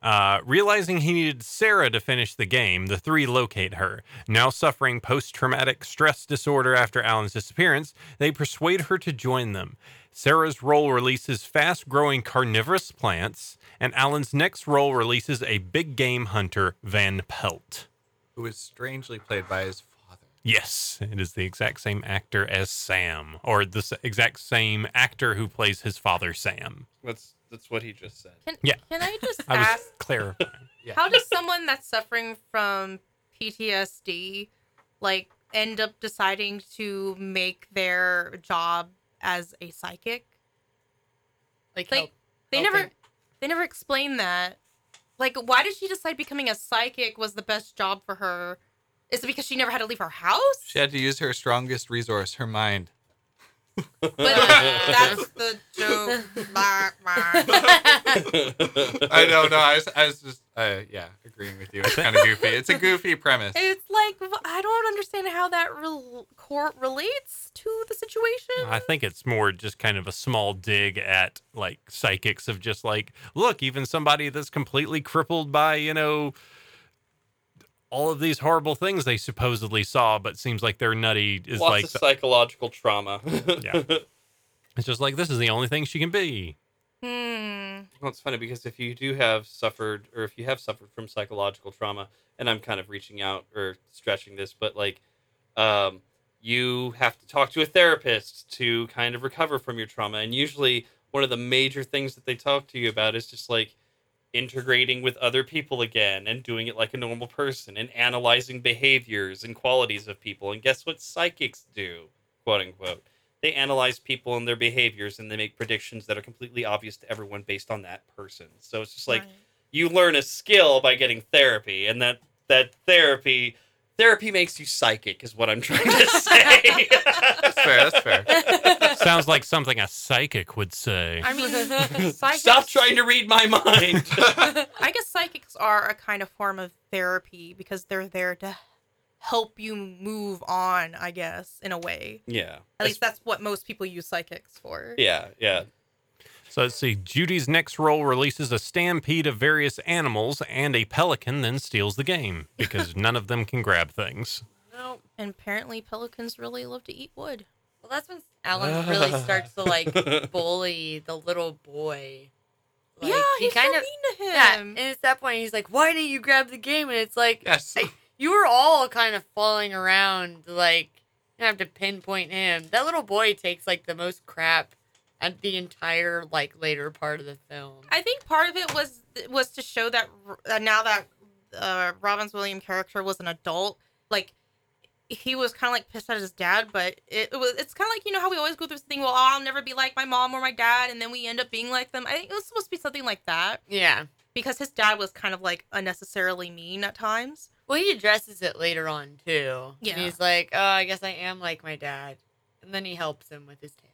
Speaker 2: Uh, realizing he needed Sarah to finish the game, the three locate her. Now suffering post traumatic stress disorder after Alan's disappearance, they persuade her to join them. Sarah's role releases fast growing carnivorous plants, and Alan's next role releases a big game hunter, Van Pelt.
Speaker 4: who is strangely played by his father.
Speaker 2: Yes, it is the exact same actor as Sam, or the s- exact same actor who plays his father, Sam.
Speaker 5: That's that's what he just said.
Speaker 3: Can,
Speaker 2: Yeah.
Speaker 3: can I just
Speaker 2: I
Speaker 3: ask
Speaker 2: was clear.
Speaker 3: how does someone that's suffering from PTSD like end up deciding to make their job as a psychic?
Speaker 6: Like,
Speaker 3: Like
Speaker 6: help.
Speaker 3: they
Speaker 6: helping.
Speaker 3: never they never explain that. Like why did she decide becoming a psychic was the best job for her? Is it because she never had to leave her house?
Speaker 4: She had to use her strongest resource, her mind.
Speaker 3: But that's the joke. Bah, bah.
Speaker 4: I don't know. I was, I was just, uh, yeah, agreeing with you. It's kind of goofy. It's a goofy premise.
Speaker 3: it's like wh- I don't understand how that rel- cor- relates to the situation.
Speaker 2: I think it's more just kind of a small dig at like psychics of just like, look, even somebody that's completely crippled by, you know, all of these horrible things they supposedly saw, but seems like they're nutty is
Speaker 7: Lots
Speaker 2: like,
Speaker 7: of psychological trauma.
Speaker 2: yeah. It's just like, this is the only thing she can be.
Speaker 3: Hmm.
Speaker 7: Well, it's funny because if you do have suffered, or if you have suffered from psychological trauma, and I'm kind of reaching out or stretching this, but like, um, you have to talk to a therapist to kind of recover from your trauma. And usually, one of the major things that they talk to you about is just like integrating with other people again and doing it like a normal person and analyzing behaviors and qualities of people. And guess what psychics do, quote unquote? They analyze people and their behaviors and they make predictions that are completely obvious to everyone based on that person. So it's just like
Speaker 3: Right.
Speaker 7: you learn a skill by getting therapy and that that therapy therapy makes you psychic is what I'm trying to say.
Speaker 4: That's fair. That's fair.
Speaker 2: Sounds like something a psychic would say.
Speaker 3: I mean, psychics,
Speaker 7: Stop trying to read my mind.
Speaker 3: I guess psychics are a kind of form of therapy because they're there to help you move on. I guess in a way.
Speaker 7: yeah.
Speaker 3: At least that's what most people use psychics for.
Speaker 7: Yeah, yeah.
Speaker 2: So let's see. Judy's next role releases a stampede of various animals, and a pelican then steals the game because none of them can grab things.
Speaker 6: No.
Speaker 3: And apparently, pelicans really love to eat wood.
Speaker 6: Well, that's when Alan really starts to like bully the little boy. Like,
Speaker 3: yeah,
Speaker 6: he
Speaker 3: he's
Speaker 6: kind
Speaker 3: so
Speaker 6: of
Speaker 3: mean to
Speaker 6: yeah.
Speaker 3: him.
Speaker 6: And it's that point he's like, "Why didn't you grab the game?" And it's like,
Speaker 4: Yes.
Speaker 6: you were all kind of falling around. Like, you have to pinpoint him. That little boy takes like the most crap at the entire like later part of the film.
Speaker 3: I think part of it was was to show that uh, now that uh, Robin's William character was an adult, like he was kind of like pissed at his dad, but it, it was it's kind of like you know how we always go through this thing. Well, I'll never be like my mom or my dad, and then we end up being like them. I think it was supposed to be something like that
Speaker 6: yeah.
Speaker 3: because his dad was kind of like unnecessarily mean at times.
Speaker 6: Well, he addresses it later on too.
Speaker 3: Yeah.
Speaker 6: And he's like, "Oh, I guess I am like my dad," and then he helps him with his tail.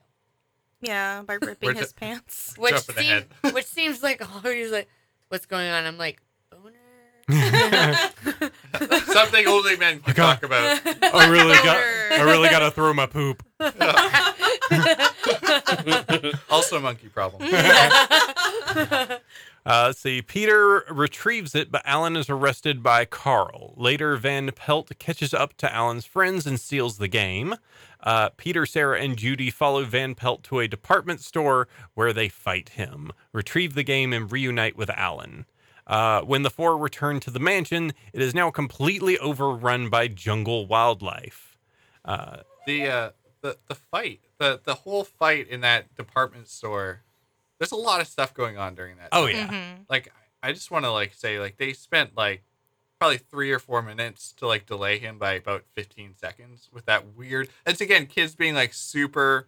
Speaker 3: Yeah, by
Speaker 4: We're
Speaker 3: ripping his pants.
Speaker 6: which
Speaker 4: Jumping
Speaker 6: seems which seems like oh he's like what's going on i'm like boner
Speaker 4: Something only men can
Speaker 2: God.
Speaker 4: talk about.
Speaker 2: I really
Speaker 3: Boner.
Speaker 2: really gotta throw my poop.
Speaker 4: Also, monkey problem.
Speaker 2: Uh, let's see. Peter retrieves it, but Alan is arrested by Carl. Later, Van Pelt catches up to Alan's friends and steals the game. Uh, Peter, Sarah, and Judy follow Van Pelt to a department store where they fight him, retrieve the game, and reunite with Alan. Uh, when the four return to the mansion, it is now completely overrun by jungle wildlife.
Speaker 4: The uh, the the fight, the the whole fight in that department store. There's a lot of stuff going on during that.
Speaker 2: Oh, yeah.
Speaker 3: Mhm.
Speaker 4: like I just want to like say like they spent like probably three or four minutes to like delay him by about 15 seconds with that weird. It's again kids being like super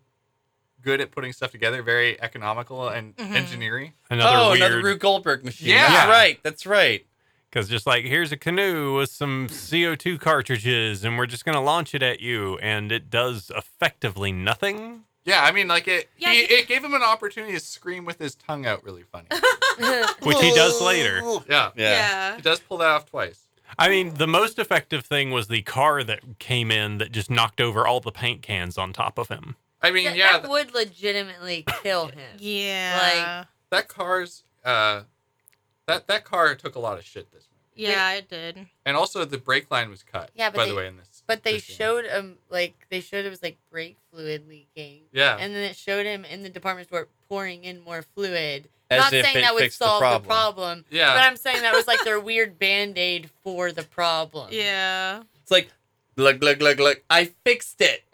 Speaker 4: good at putting stuff together, very economical and
Speaker 3: Mhm.
Speaker 4: engineering.
Speaker 2: Another
Speaker 5: oh,
Speaker 2: weird.
Speaker 5: another Rube Goldberg machine.
Speaker 4: Yeah.
Speaker 5: that's right. That's right.
Speaker 2: Because just like, here's a canoe with some CO2 cartridges, and we're just going to launch it at you. And it does effectively nothing.
Speaker 4: Yeah, I mean, like it.
Speaker 3: Yeah,
Speaker 4: he,
Speaker 3: he-
Speaker 4: it gave him an opportunity to scream with his tongue out really funny.
Speaker 2: Which he does later.
Speaker 4: yeah,
Speaker 3: Yeah.
Speaker 4: he does pull that off twice.
Speaker 2: I mean, the most effective thing was the car that came in that just knocked over all the paint cans on top of him.
Speaker 4: I mean,
Speaker 6: That-
Speaker 4: yeah,
Speaker 6: that
Speaker 4: th-
Speaker 6: would legitimately kill him.
Speaker 3: Yeah.
Speaker 4: that car's uh, that that car took a lot of shit this movie,
Speaker 3: yeah, it did.
Speaker 4: and also the brake line was cut.
Speaker 6: Yeah, but
Speaker 4: by
Speaker 6: they-
Speaker 4: the way, in this,
Speaker 6: But they
Speaker 4: this scene.
Speaker 6: showed him like they showed it was like brake fluid leaking,
Speaker 4: Yeah,
Speaker 6: and then it showed him in the department store pouring in more fluid.
Speaker 5: As
Speaker 6: Not
Speaker 5: if
Speaker 6: saying
Speaker 5: it
Speaker 6: that would
Speaker 5: fixed the
Speaker 6: solve the
Speaker 5: problem.
Speaker 6: problem,
Speaker 4: yeah.
Speaker 6: but I'm saying that was like their weird band aid for the problem.
Speaker 3: Yeah.
Speaker 5: It's like, look, look, look, look. I fixed it.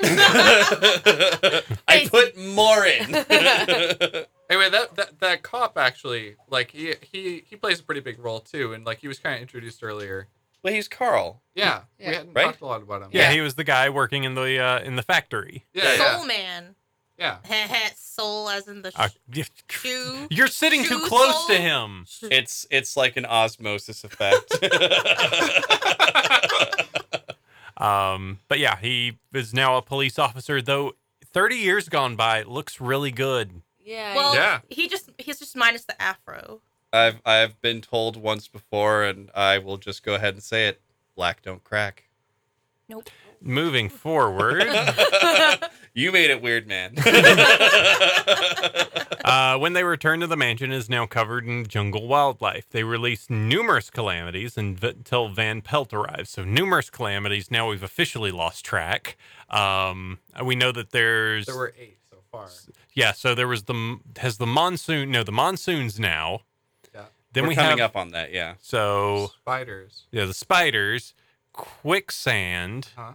Speaker 5: I put more in.
Speaker 4: Anyway, that, that that cop actually, like he he he plays a pretty big role too, and like he was kind of introduced earlier.
Speaker 5: well, he's Carl.
Speaker 4: Yeah, we
Speaker 6: Yeah.
Speaker 4: hadn't
Speaker 5: Right?
Speaker 4: talked a lot about him.
Speaker 2: Yeah, he was the guy working in the uh, in the factory.
Speaker 4: yeah, yeah,
Speaker 3: Soul man.
Speaker 4: yeah.
Speaker 3: Soul as in the
Speaker 2: Uh,
Speaker 3: sh- shoe.
Speaker 2: you're sitting too
Speaker 3: Shoe
Speaker 2: close
Speaker 3: sole?
Speaker 2: to him.
Speaker 5: It's it's like an osmosis effect.
Speaker 2: Um, but yeah, he is now a police officer, though 30 years gone by looks really good.
Speaker 6: Yeah.
Speaker 3: Well,
Speaker 4: Yeah.
Speaker 3: he just he's just minus the afro.
Speaker 5: I've I've been told once before, and I will just go ahead and say it: black don't crack.
Speaker 2: Moving forward,
Speaker 5: You made it weird, man.
Speaker 2: uh, when they return to the mansion is now covered in jungle wildlife. They release numerous calamities and- until Van Pelt arrives. So numerous calamities. Now we've officially lost track. Um, we know that there's
Speaker 4: There were eight so far.
Speaker 2: yeah. So there was the has the monsoon. No, the monsoons now.
Speaker 4: Yeah.
Speaker 2: Then
Speaker 5: We're
Speaker 2: we
Speaker 5: coming
Speaker 2: have
Speaker 5: up on that, yeah.
Speaker 2: so
Speaker 4: Spiders.
Speaker 2: yeah the spiders, quicksand.
Speaker 4: Huh?
Speaker 5: Uh-huh.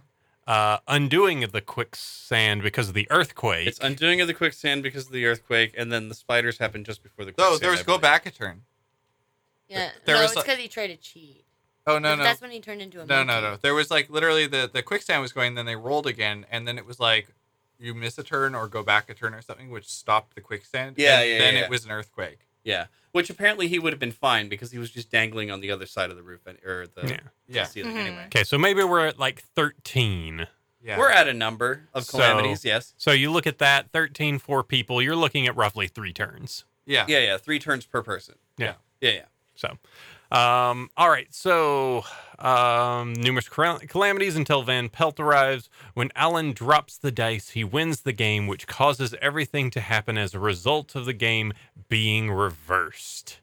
Speaker 2: uh, undoing of the quicksand because of the earthquake.
Speaker 5: It's undoing of the quicksand because of the earthquake, and then the spiders happened just before the quicksand.
Speaker 4: No, there was
Speaker 5: I
Speaker 4: go
Speaker 5: believe.
Speaker 4: back a turn.
Speaker 6: yeah.
Speaker 4: there
Speaker 6: no,
Speaker 4: was
Speaker 6: it's
Speaker 4: like-
Speaker 6: because he tried to cheat.
Speaker 4: Oh no no
Speaker 6: That's when he turned into a
Speaker 4: no no
Speaker 6: monkey.
Speaker 4: no. There was like literally the the quicksand was going, then they rolled again, and then it was like you miss a turn or go back a turn or something, which stopped the quicksand.
Speaker 5: Yeah,
Speaker 4: and
Speaker 5: yeah,
Speaker 4: Then
Speaker 5: yeah.
Speaker 4: it was an earthquake.
Speaker 5: Yeah, which apparently he would have been fine because he was just dangling on the other side of the roof and, or the
Speaker 2: Yeah. Mm-hmm.
Speaker 4: Yeah.
Speaker 5: ceiling.
Speaker 3: Mhm.
Speaker 5: Anyway,
Speaker 2: okay, so maybe we're at like 13.
Speaker 4: Yeah.
Speaker 5: we're at a number of
Speaker 2: So-
Speaker 5: calamities. yes.
Speaker 2: So you look at that 13 four people, you're looking at roughly 3 turns.
Speaker 4: yeah.
Speaker 5: Yeah, yeah. Three turns per person.
Speaker 2: Yeah.
Speaker 5: yeah, yeah.
Speaker 2: So um all right, so um numerous cal- calamities until Van Pelt arrives. When Alan drops the dice, he wins the game, which causes everything to happen as a result of the game being reversed.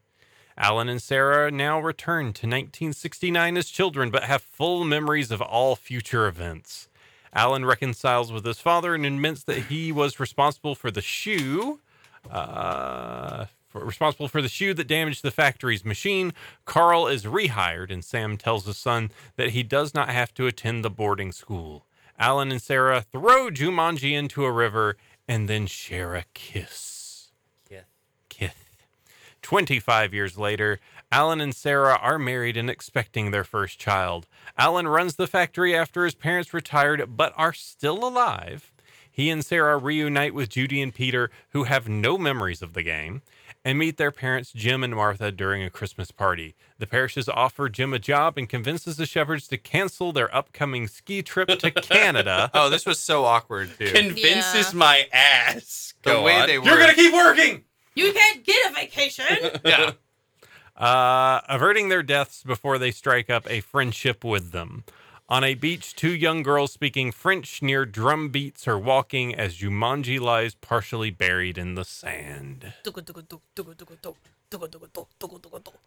Speaker 2: Alan and Sarah now return to 1969 as children, but have full memories of all future events. Alan reconciles with his father and admits that he was responsible for the shoe, uh, for, responsible for the shoe that damaged the factory's machine. Carl is rehired, and Sam tells his son that he does not have to attend the boarding school. Alan and Sarah throw Jumanji into a river and then share a kiss.
Speaker 5: Kith.
Speaker 2: Kith. 25 years later, Alan and Sarah are married and expecting their first child. Alan runs the factory after his parents retired but are still alive. He and Sarah reunite with Judy and Peter, who have no memories of the game, and meet their parents, Jim and Martha, during a Christmas party. The parishes offer Jim a job and convinces the Shepherds to cancel their upcoming ski trip to Canada.
Speaker 4: Oh, this was so awkward too.
Speaker 5: Convinces
Speaker 3: Yeah.
Speaker 5: my ass.
Speaker 4: The
Speaker 5: Go
Speaker 4: way
Speaker 5: on.
Speaker 4: they
Speaker 5: You're
Speaker 4: were-
Speaker 5: gonna keep working.
Speaker 3: You can't get a vacation.
Speaker 4: yeah.
Speaker 2: uh, averting their deaths before they strike up a friendship with them. On a beach, two young girls speaking French near drum beats are walking as Jumanji lies partially buried in the sand.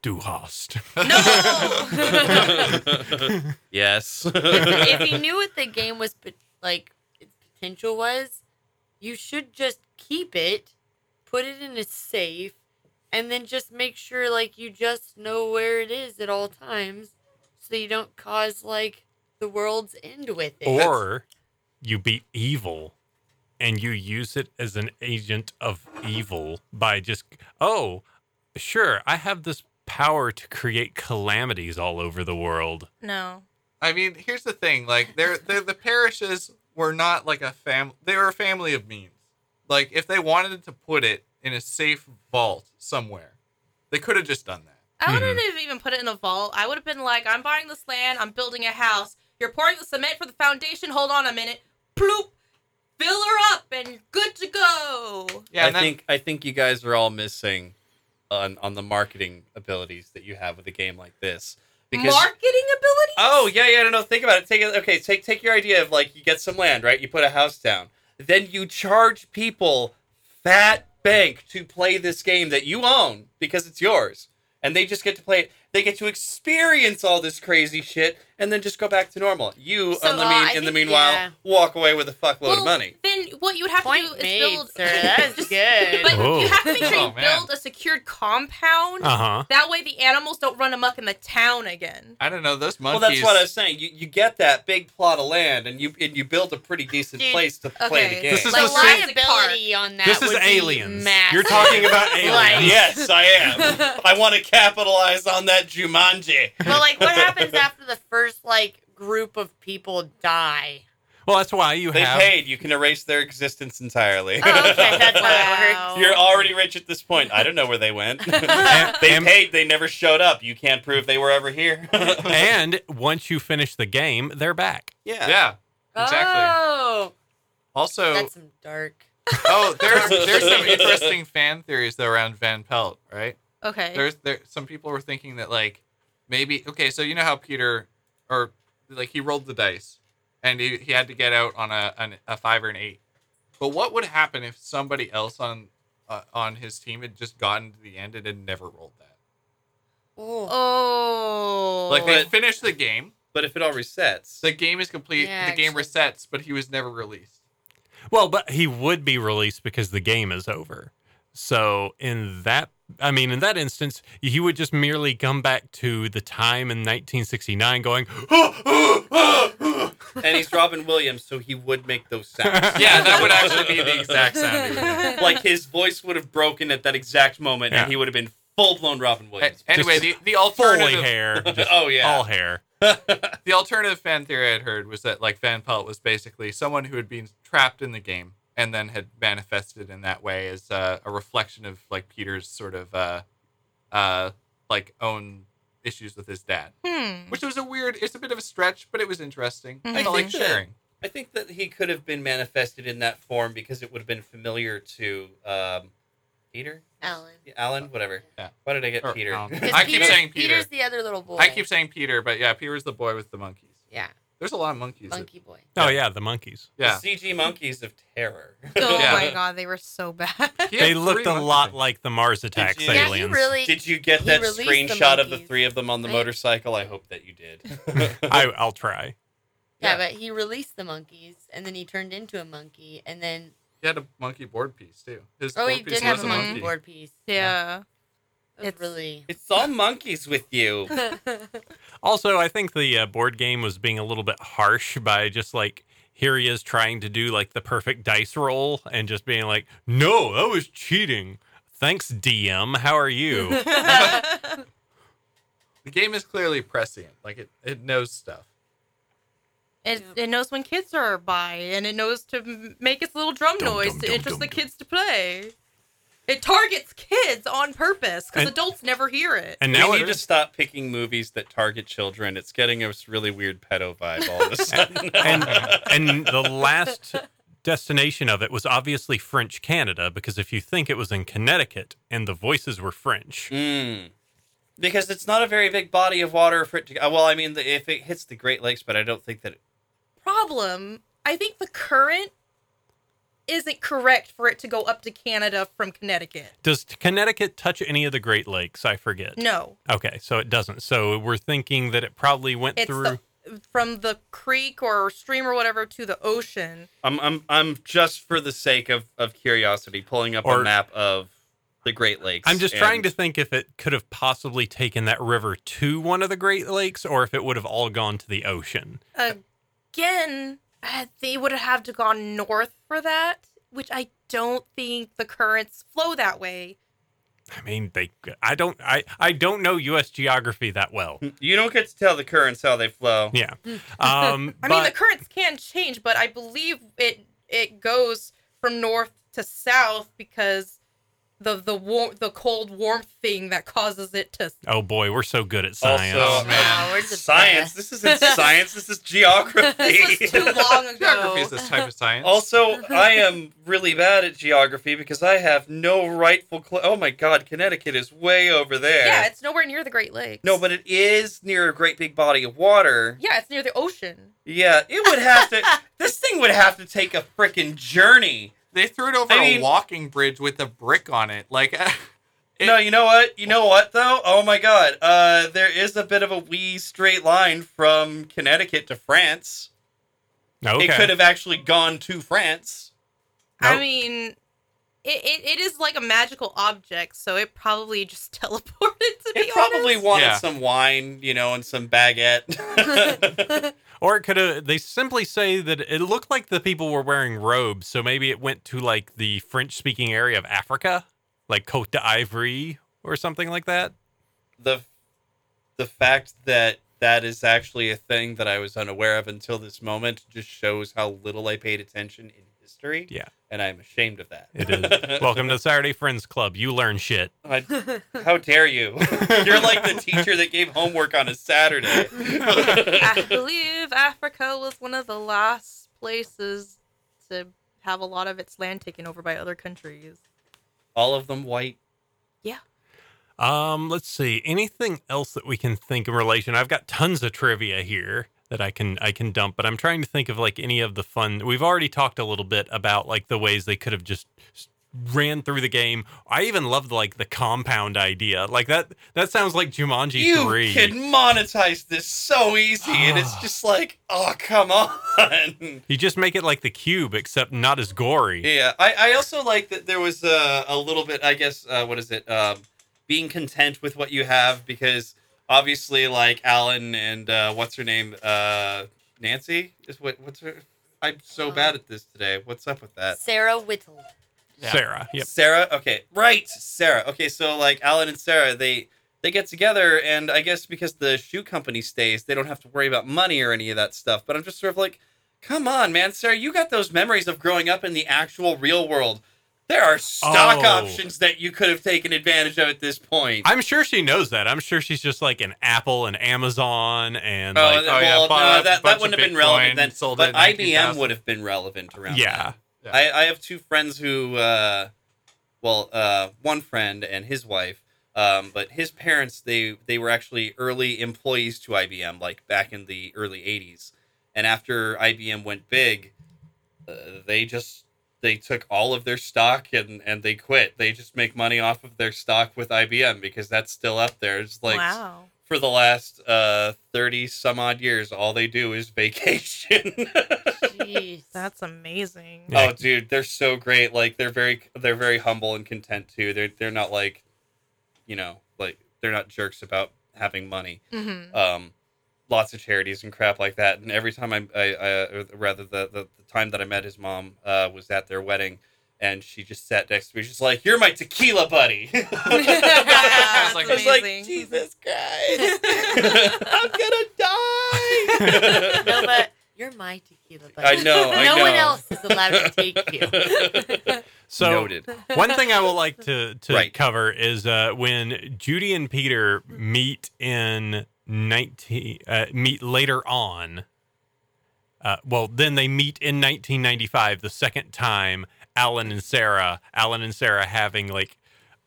Speaker 2: Duhast.
Speaker 3: no.
Speaker 5: Yes.
Speaker 6: if he knew what the game was pot- like its potential was, you should just keep it, put it in a safe, and then just make sure like you just know where it is at all times so you don't cause like the world's end with it.
Speaker 2: or you be evil and you use it as an agent of evil by just, oh, sure, I have this power to create calamities all over the world.
Speaker 3: no.
Speaker 4: I mean, here's the thing: like, they're, they're the parishes were not like a fam. They were a family of means. Like, if they wanted to put it in a safe vault somewhere, they could have just done that.
Speaker 3: I wouldn't
Speaker 4: Mm-hmm.
Speaker 3: have even put it in a vault. I would have been like, I'm buying this land, I'm building a house. You're pouring the cement for the foundation. Hold on a minute. Bloop. Fill her up and good to go.
Speaker 4: Yeah,
Speaker 5: I
Speaker 4: and then,
Speaker 5: think I think you guys are all missing on on the marketing abilities that you have with a game like this. Because
Speaker 3: Marketing ability?
Speaker 5: Oh yeah, yeah, no, no. Think about it. Take it. Okay, take take your idea of like you get some land, right? You put a house down, then you charge people fat bank to play this game that you own because it's yours, and they just get to play it. They get to experience all this crazy shit, and then just go back to normal. You,
Speaker 6: So,
Speaker 5: on the
Speaker 6: uh,
Speaker 5: mean,
Speaker 6: I
Speaker 5: in the
Speaker 6: think-
Speaker 5: meanwhile,
Speaker 6: yeah.
Speaker 5: walk away with a fuckload
Speaker 3: Well,
Speaker 5: of money.
Speaker 3: Then what you would have to
Speaker 6: Point
Speaker 3: do is
Speaker 6: made,
Speaker 3: build.
Speaker 6: sir. That is good.
Speaker 3: But
Speaker 2: Oh.
Speaker 3: you have to make sure
Speaker 4: Oh,
Speaker 3: you
Speaker 4: man. Oh.
Speaker 3: build a secured compound.
Speaker 2: Uh huh.
Speaker 3: That way the animals don't run amok in the town again.
Speaker 4: I don't know those
Speaker 5: Well,
Speaker 4: monkeys.
Speaker 5: that's what I was saying. You, you get that big plot of land, and you and you build a pretty decent
Speaker 6: Dude,
Speaker 5: place to play the
Speaker 3: okay.
Speaker 5: game.
Speaker 2: This is
Speaker 6: like
Speaker 2: the same-
Speaker 6: liability on that.
Speaker 2: This is
Speaker 6: would be
Speaker 2: aliens.
Speaker 6: massive.
Speaker 2: You're talking about aliens.
Speaker 6: Like-
Speaker 5: yes, I am. I want to capitalize on that Jumanji.
Speaker 6: but like, what happens after the first like group of people die?
Speaker 2: Well, that's why you
Speaker 5: They
Speaker 2: have.
Speaker 5: paid. You can erase their existence entirely.
Speaker 6: Oh, okay, that's how
Speaker 3: Wow.
Speaker 6: it works.
Speaker 5: You're already rich at this point. I don't know where they went.
Speaker 2: and,
Speaker 5: they
Speaker 2: and-
Speaker 5: paid. They never showed up. You can't prove they were ever here.
Speaker 2: and once you finish the game, they're back.
Speaker 5: yeah.
Speaker 4: Yeah.
Speaker 5: Ah.
Speaker 4: Exactly.
Speaker 6: Oh,
Speaker 4: Also,
Speaker 6: that's some dark.
Speaker 4: oh, there's there's some interesting fan theories though around Van Pelt, right?
Speaker 3: Okay.
Speaker 4: There's there some people were thinking that like maybe okay, so you know how Peter or like he rolled the dice and he, he had to get out on a an, a five or an eight. But what would happen if somebody else on uh, on his team had just gotten to the end and had never rolled that?
Speaker 6: Oh,
Speaker 3: oh.
Speaker 4: Like they
Speaker 5: But-
Speaker 4: finished the game,
Speaker 5: But if it all resets,
Speaker 4: the game is complete,
Speaker 6: Yeah,
Speaker 4: the game
Speaker 6: actually.
Speaker 4: resets, but he was never released.
Speaker 2: Well, but he would be released because the game is over. So in that, I mean, in that instance, he would just merely come back to the time in 1969, going,
Speaker 5: and he's Robin Williams, so he would make those sounds.
Speaker 4: Yeah, that would actually be the exact sound. he would make.
Speaker 5: like his voice would have broken at that exact moment,
Speaker 2: Yeah.
Speaker 5: and he would have been full blown Robin
Speaker 4: A-
Speaker 5: Williams.
Speaker 4: Anyway, the, the
Speaker 2: fully
Speaker 4: alternative
Speaker 2: hair, just
Speaker 5: oh yeah.
Speaker 2: all hair.
Speaker 4: the alternative fan theory I'd heard was that like Van Pelt was basically someone who had been trapped in the game and then had manifested in that way as uh, a reflection of like Peter's sort of uh, uh, like own issues with his dad,
Speaker 3: Hmm.
Speaker 4: which was a weird. It's a bit of a stretch, but it was interesting.
Speaker 6: Mm-hmm.
Speaker 3: Mhm.
Speaker 4: I like
Speaker 5: think that-
Speaker 4: sharing.
Speaker 5: I think that he could have been manifested in that form because it would have been familiar to um, Peter,
Speaker 6: Alan.
Speaker 5: Alan, whatever.
Speaker 4: Yeah.
Speaker 5: Why did I get
Speaker 4: Or,
Speaker 5: Peter?
Speaker 4: um,
Speaker 6: Because
Speaker 4: I keep
Speaker 6: Peter-
Speaker 4: saying Peter.
Speaker 6: Peter's the other little boy.
Speaker 4: I keep saying Peter, but yeah, Peter's the boy with the monkeys.
Speaker 6: yeah,
Speaker 4: There's a lot of monkeys. that-
Speaker 6: monkey boy.
Speaker 2: Oh yeah, the monkeys.
Speaker 4: yeah,
Speaker 5: The CG monkeys of terror.
Speaker 3: Oh
Speaker 4: Yeah.
Speaker 3: my god, they were so bad.
Speaker 4: He had
Speaker 2: They looked
Speaker 4: three
Speaker 2: a
Speaker 4: monkeys, I
Speaker 2: lot
Speaker 4: think.
Speaker 2: like the Mars attacks
Speaker 5: you-
Speaker 6: Yeah, he
Speaker 2: aliens.
Speaker 6: really.
Speaker 5: Did you get
Speaker 6: He
Speaker 5: that
Speaker 6: released the
Speaker 5: screenshot of the
Speaker 6: monkeys,
Speaker 5: three of them on the
Speaker 6: right?
Speaker 5: motorcycle? I hope that you did.
Speaker 2: I, I'll try.
Speaker 6: yeah, but he released the monkeys, and then he turned into a monkey, and then
Speaker 4: He had a monkey board piece too. His
Speaker 6: oh,
Speaker 4: board
Speaker 6: he
Speaker 4: piece
Speaker 6: did have
Speaker 4: was
Speaker 6: a
Speaker 4: a
Speaker 3: monkey
Speaker 6: monkey board piece.
Speaker 3: yeah.
Speaker 6: That was
Speaker 3: It's-
Speaker 6: really.
Speaker 5: it's all monkeys with you.
Speaker 2: Also, I think the uh, board game was being a little bit harsh by just like here he is trying to do like the perfect dice roll and just being like, "No, that was cheating." Thanks, DM. How are you?
Speaker 4: The game is clearly prescient. Like it, it knows stuff.
Speaker 3: it, it knows when kids are by, and it knows to m- make its little drum
Speaker 2: Dum,
Speaker 3: noise
Speaker 2: dum,
Speaker 3: to
Speaker 2: dum,
Speaker 3: interest
Speaker 2: dum,
Speaker 3: the
Speaker 2: dum.
Speaker 3: kids to play. It targets kids on purpose because
Speaker 2: And-
Speaker 3: adults never hear it.
Speaker 2: And
Speaker 5: Now
Speaker 2: now
Speaker 5: we
Speaker 2: it
Speaker 5: need to
Speaker 2: is.
Speaker 5: stop picking movies that target children. It's getting us really weird pedo vibe all of a sudden.
Speaker 2: And, and the last destination of it was obviously French Canada because if you think it was in Connecticut and the voices were French,
Speaker 5: Mm. Because it's not a very big body of water for it to. uh, Well, I mean, the, if it hits the Great Lakes, but I don't think that. It,
Speaker 3: Problem, I think the current isn't correct for it to go up to Canada from Connecticut.
Speaker 2: does Connecticut touch any of the Great Lakes? I forget.
Speaker 3: No,
Speaker 2: Okay, so it doesn't. So we're thinking that it probably went
Speaker 3: it's
Speaker 2: through.
Speaker 3: the, from the creek or stream or whatever to the ocean.
Speaker 5: I'm, I'm, I'm just for the sake of, of curiosity, pulling up
Speaker 2: Or-
Speaker 5: a map of the Great Lakes.
Speaker 2: I'm just
Speaker 5: and-
Speaker 2: trying to think if it could have possibly taken that river to one of the Great Lakes or if it would have all gone to the ocean.
Speaker 3: again, uh, they would have to gone north for that, which I don't think the currents flow that way.
Speaker 2: I mean, they I don't I I don't know US geography that well.
Speaker 5: You don't get to tell the currents how they flow.
Speaker 2: Yeah. Um
Speaker 3: I mean, the
Speaker 2: but
Speaker 3: currents can change, but I believe it it goes from north to south because the the warm the cold warmth thing that causes it to
Speaker 2: Oh boy, we're so good at science.
Speaker 5: Also, uh,
Speaker 6: man. Oh, we're the
Speaker 5: science.
Speaker 6: best.
Speaker 5: This isn't science. This is geography.
Speaker 3: this was too long ago
Speaker 4: Geography is this type of science.
Speaker 5: Also, I am really bad at geography because I have no rightful. Cl- oh my God, Connecticut is way over there.
Speaker 3: yeah it's nowhere near the great lakes
Speaker 5: no, but it is near a great big body of water.
Speaker 3: yeah it's near the ocean
Speaker 5: Yeah, it would have to. this thing would have to take a freaking journey.
Speaker 4: they threw it over
Speaker 5: I mean-
Speaker 4: a walking bridge with a brick on it. Like, It-
Speaker 5: no, you know what? You know what though? Oh my God, uh, there is a bit of a wee straight line from Connecticut to France.
Speaker 2: okay.
Speaker 5: It could have actually gone to France.
Speaker 3: i
Speaker 2: Nope.
Speaker 3: mean it, it, it is like a magical object so it probably just teleported to be
Speaker 5: It probably
Speaker 3: honest.
Speaker 5: wanted
Speaker 4: Yeah.
Speaker 5: some wine, you know, and some baguette.
Speaker 2: Or it could have. They simply say that it looked like the people were wearing robes, so maybe it went to like the French-speaking area of Africa, like Cote d'Ivoire or something like that.
Speaker 5: the the fact that that is actually a thing that I was unaware of until this moment just shows how little I paid attention in history.
Speaker 2: Yeah.
Speaker 5: and I'm ashamed of that.
Speaker 2: It is. Welcome to Saturday Friends Club. You learn shit.
Speaker 5: I- how dare you? You're like the teacher that gave homework on a Saturday.
Speaker 3: I believe Africa was one of the last places to have a lot of its land taken over by other countries.
Speaker 5: All of them white.
Speaker 2: Um, let's see. Anything else that we can think in relation? I've got tons of trivia here that I can I can dump, but I'm trying to think of like any of the fun. We've already talked a little bit about like the ways they could have just s- ran through the game. I even loved like the compound idea. Like that that sounds like Jumanji
Speaker 5: You
Speaker 2: 3.
Speaker 5: can monetize this so easy, and it's just like, oh come on.
Speaker 2: You just make it like the cube except not as gory.
Speaker 5: Yeah, I, I also like that there was a, a little bit, I guess, uh, what is it? Um, being content with what you have because obviously, like Alan and uh, what's her name, uh, Nancy is what what's her. I'm so bad at this today. What's up with that?
Speaker 6: Sarah Whittle.
Speaker 2: Sarah. Yep.
Speaker 5: Sarah. Okay, right, Sarah. Okay, so like Alan and Sarah, they they get together, and I guess because the shoe company stays, they don't have to worry about money or any of that stuff. But I'm just sort of like, come on, man, Sarah, you got those memories of growing up in the actual real world. There are stock
Speaker 2: Oh.
Speaker 5: options that you could have taken advantage of at this point.
Speaker 2: I'm sure she knows that. I'm sure she's just like an Apple and Amazon and
Speaker 5: Oh,
Speaker 2: like,
Speaker 5: that-
Speaker 4: yeah,
Speaker 5: well,
Speaker 4: bought
Speaker 5: no,
Speaker 4: a bunch
Speaker 5: that, that
Speaker 4: of
Speaker 5: wouldn't have been
Speaker 4: Bitcoin,
Speaker 5: relevant then.
Speaker 4: sold it
Speaker 5: But
Speaker 4: in
Speaker 5: IBM
Speaker 4: 19,000.
Speaker 5: would have been relevant around.
Speaker 2: yeah.
Speaker 5: then. I, I have two friends who, uh, well, uh, one friend and his wife, um, but his parents they they were actually early employees to IBM, like back in the early '80s. And after IBM went big, uh, they just they took all of their stock and and they quit. They just make money off of their stock with IBM because that's still up there. It's like
Speaker 3: wow.
Speaker 5: for the last uh, thirty some odd years, all they do is vacation.
Speaker 6: Jeez.
Speaker 3: That's amazing.
Speaker 2: Yeah.
Speaker 5: Oh, dude, they're so great. Like they're very they're very humble and content too. They're they're not like, you know, like they're not jerks about having money.
Speaker 3: hmm
Speaker 5: Um, lots of charities and crap like that. And every time I, I, I or rather the, the the time that I met his mom uh, was at their wedding, and she just sat next to me. She's like, "You're my tequila buddy." I
Speaker 3: That's
Speaker 5: was like,
Speaker 3: amazing.
Speaker 5: "Jesus Christ, I'm gonna die."
Speaker 6: Nova, you're my tequila buddy.
Speaker 5: I know. I
Speaker 6: no
Speaker 5: know.
Speaker 6: one else is allowed to take you.
Speaker 2: So
Speaker 5: Noted.
Speaker 2: One thing I will like to to
Speaker 5: Right.
Speaker 2: cover is uh, when Judy and Peter meet in nineteen uh, meet later on. Uh, well, then they meet in 1995, the second time. Alan and Sarah, Alan and Sarah having like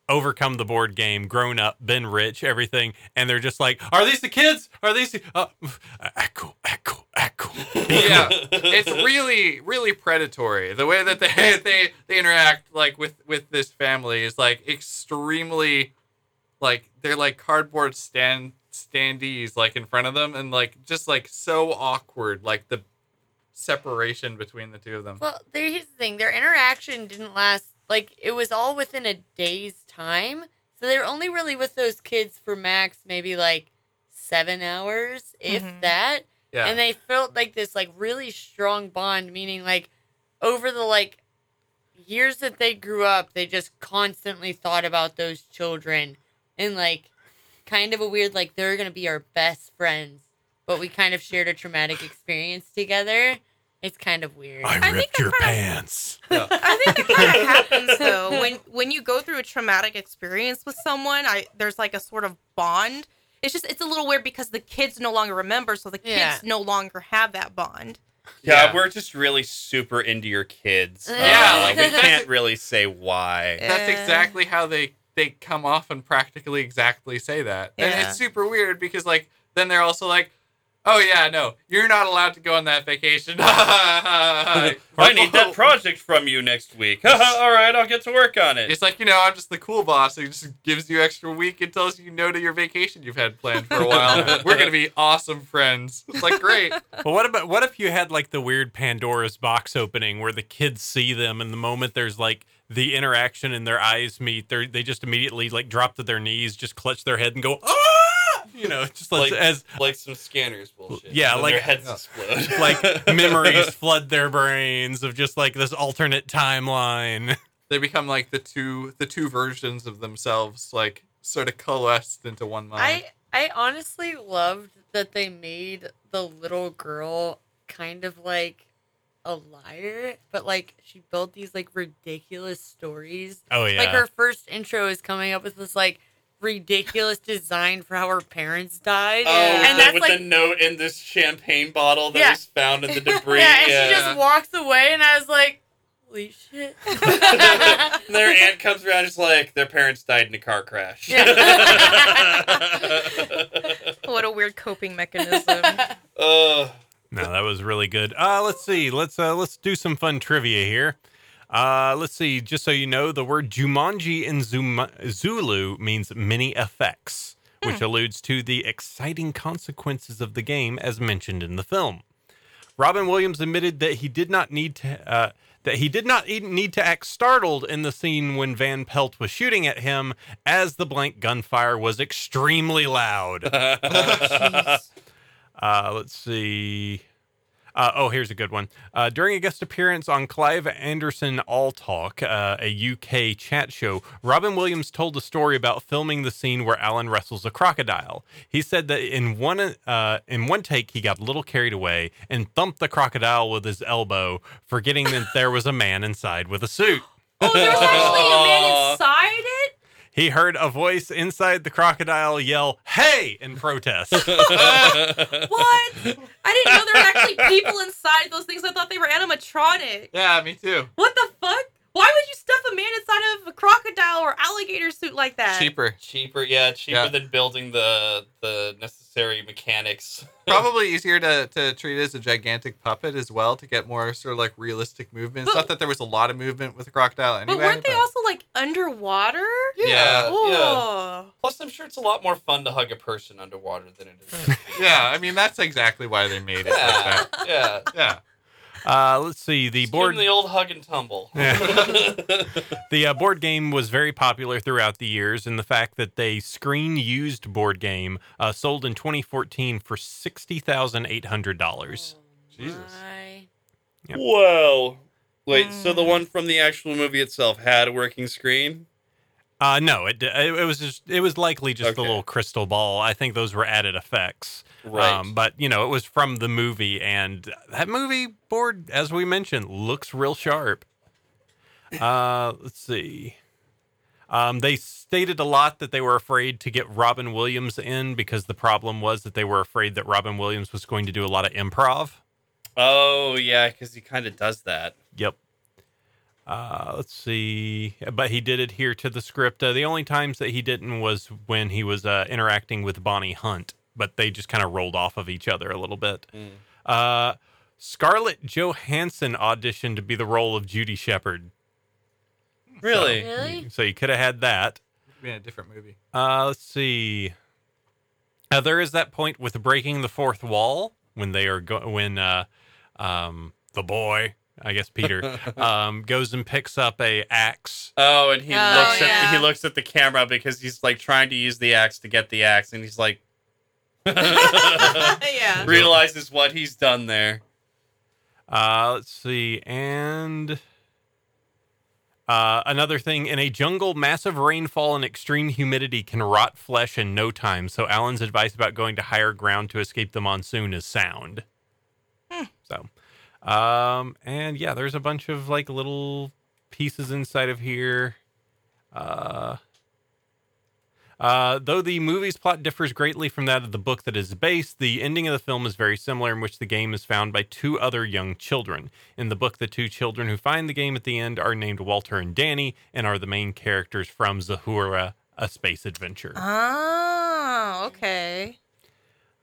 Speaker 2: overcome the board game, grown up, been rich, everything, and they're just like, "Are these the kids? Are these the uh, echo, echo, echo?"
Speaker 4: yeah, it's really, really predatory. The way that they they they interact like with with this family is like extremely, like they're like cardboard stand standees like in front of them and like just like so awkward like the separation between the two of them.
Speaker 6: Well, there- here's the thing: their interaction didn't last. Like it was all within a day's time, so they were only really with those kids for max maybe like seven hours, if
Speaker 3: Mhm.
Speaker 6: that.
Speaker 4: Yeah,
Speaker 6: And they felt like this like really strong bond, meaning like over the like years that they grew up, they just constantly thought about those children and like kind of a weird like they're gonna be our best friends, but we kind of shared a traumatic experience together. It's kind of weird.
Speaker 3: I think I kinda-
Speaker 2: pants.
Speaker 3: I think that kind of happens though when when you go through a traumatic experience with someone. I there's like a sort of bond. It's just it's a little weird because the kids no longer remember, so the kids
Speaker 6: Yeah.
Speaker 3: no longer have that bond.
Speaker 5: Yeah,
Speaker 4: Yeah.
Speaker 5: we're just really super into your kids.
Speaker 6: Yeah.
Speaker 5: Uh, like we can't really say why.
Speaker 4: That's
Speaker 3: Eh.
Speaker 6: Yeah.
Speaker 4: exactly how they they come off and practically exactly say that. And
Speaker 3: Yeah.
Speaker 4: it's super weird because like then they're also like, "Oh yeah, no, you're not allowed to go on that vacation." I
Speaker 5: I need that project from you next week. All right, I'll get to work on it.
Speaker 4: It's like you know, I'm just the cool boss who just gives you extra week and tells you no to your vacation you've had planned for a while. We're gonna be awesome friends. It's like great.
Speaker 2: But what about what if you had like the weird Pandora's box opening where the kids see them and the moment there's like the interaction and their eyes meet, they they just immediately like drop to their knees, just clutch their head and go, ah! You know, just like,
Speaker 7: Like-
Speaker 2: as
Speaker 7: like some scanners bullshit. And
Speaker 2: Yeah,
Speaker 7: then
Speaker 2: like-
Speaker 7: their heads explode.
Speaker 2: like memories flood their brains of just like this alternate timeline.
Speaker 4: They become like the two the two versions of themselves, like sort of coalesced into one mind.
Speaker 6: I I honestly loved that they made the little girl kind of like a liar, but like she built these like ridiculous stories.
Speaker 2: Oh yeah.
Speaker 6: Like her first intro is coming up with this like ridiculous design for how her parents died.
Speaker 7: Oh,
Speaker 3: Yeah.
Speaker 6: And
Speaker 7: the-
Speaker 6: that's
Speaker 7: with
Speaker 6: like-
Speaker 7: the note in this champagne bottle that
Speaker 6: Yeah.
Speaker 7: was found in the debris.
Speaker 6: yeah, and she
Speaker 7: yeah.
Speaker 6: just walks away and I was like, Holy shit.
Speaker 7: And their aunt comes around just like their parents died in a car crash.
Speaker 6: Yeah.
Speaker 3: What a weird coping mechanism.
Speaker 7: Ugh.
Speaker 2: No, that was really good. Uh, let's see. Let's uh, let's do some fun trivia here. Uh, let's see. Just so you know, the word Jumanji in Zuma- Zulu means many effects, which alludes to the exciting consequences of the game as mentioned in the film. Robin Williams admitted that he did not need to uh, that he did not e- need to act startled in the scene when Van Pelt was shooting at him, as the blank gunfire was extremely loud.
Speaker 3: Jeez.
Speaker 2: Uh, let's see. Uh, oh, here's a good one. Uh, during a guest appearance on Clive Anderson All Talk, uh, a UK chat show, Robin Williams told a story about filming the scene where Alan wrestles a crocodile. He said that in one uh, in one take, he got a little carried away and thumped the crocodile with his elbow, forgetting that there was a man inside with a suit.
Speaker 3: Oh, there was actually a man inside it.
Speaker 2: He heard a voice inside the crocodile yell, "Hey!" in protest.
Speaker 3: What? I didn't know there were actually people inside those things. I thought they were animatronic.
Speaker 4: yeah, me too.
Speaker 3: What the fuck? Why would you stuff a man inside of a crocodile or alligator suit like that?
Speaker 4: Cheaper.
Speaker 7: cheaper, yeah, cheaper
Speaker 4: Yeah.
Speaker 7: than building the the necessary mechanics.
Speaker 4: probably easier to, to treat it as a gigantic puppet as well to get more sort of like realistic movements.
Speaker 3: But-
Speaker 4: Not that there was a lot of movement with a crocodile
Speaker 3: But
Speaker 4: anyway.
Speaker 3: weren't they also like underwater?
Speaker 7: Yeah, yeah.
Speaker 3: Oh.
Speaker 7: Plus, I'm sure it's a lot more fun to hug a person underwater than it is.
Speaker 4: yeah, I mean that's exactly why they made it. Like
Speaker 7: yeah,
Speaker 4: that.
Speaker 7: yeah.
Speaker 4: Yeah,
Speaker 2: Uh, let's see. The
Speaker 7: Just give
Speaker 2: board.
Speaker 7: 'em the old hug and tumble.
Speaker 2: The uh, board game was very popular throughout the years, and the fact that they screen used board game uh, sold in 2014 for sixty thousand eight hundred dollars.
Speaker 4: Jesus.
Speaker 6: Oh My-
Speaker 2: Yep.
Speaker 5: Whoa. Wait, so
Speaker 6: Hmm.
Speaker 5: the one from the actual movie itself had a working screen?
Speaker 2: Uh, no, it, it it was just it was likely just the
Speaker 5: Okay.
Speaker 2: little crystal ball. I think those were added effects. Um, but you know, it was from the movie, and that movie board, as we mentioned, looks real sharp. Uh, let's see. Um, they stated a lot that they were afraid to get Robin Williams in because the problem was that they were afraid that Robin Williams was going to do a lot of improv.
Speaker 5: oh, yeah, because he kind of does that.
Speaker 2: Yep. Uh, let's see. But he did adhere to the script. Uh, the only times that he didn't was when he was uh, interacting with Bonnie Hunt, but they just kind of rolled off of each other a little bit. Uh, Scarlett Johansson auditioned to be the role of Judy Shepard.
Speaker 5: Really?
Speaker 6: Really?
Speaker 2: So you could have had that.
Speaker 4: It'd be in a different movie.
Speaker 2: Uh, let's see. Uh, there is that point with breaking the fourth wall when they are go- when uh, um, the boy, I guess Peter, um, goes and picks up a axe.
Speaker 5: Oh, and he
Speaker 6: Oh,
Speaker 5: looks at
Speaker 6: yeah.
Speaker 5: the, he looks at the camera because he's like trying to use the axe to get the axe, and he's like
Speaker 3: yeah.
Speaker 5: realizes what he's done there.
Speaker 2: Uh, let's see, and uh, another thing in a jungle, massive rainfall and extreme humidity can rot flesh in no time. So Alan's advice about going to higher ground to escape the monsoon is sound. So. Um, and yeah, there's a bunch of like little pieces inside of here. Uh, uh, though the movie's plot differs greatly from that of the book that is based, the ending of the film is very similar, in which the game is found by two other young children. In the book, the two children who find the game at the end are named Walter and Danny and are the main characters from Zahura, a space adventure.
Speaker 3: Ah, Oh, okay.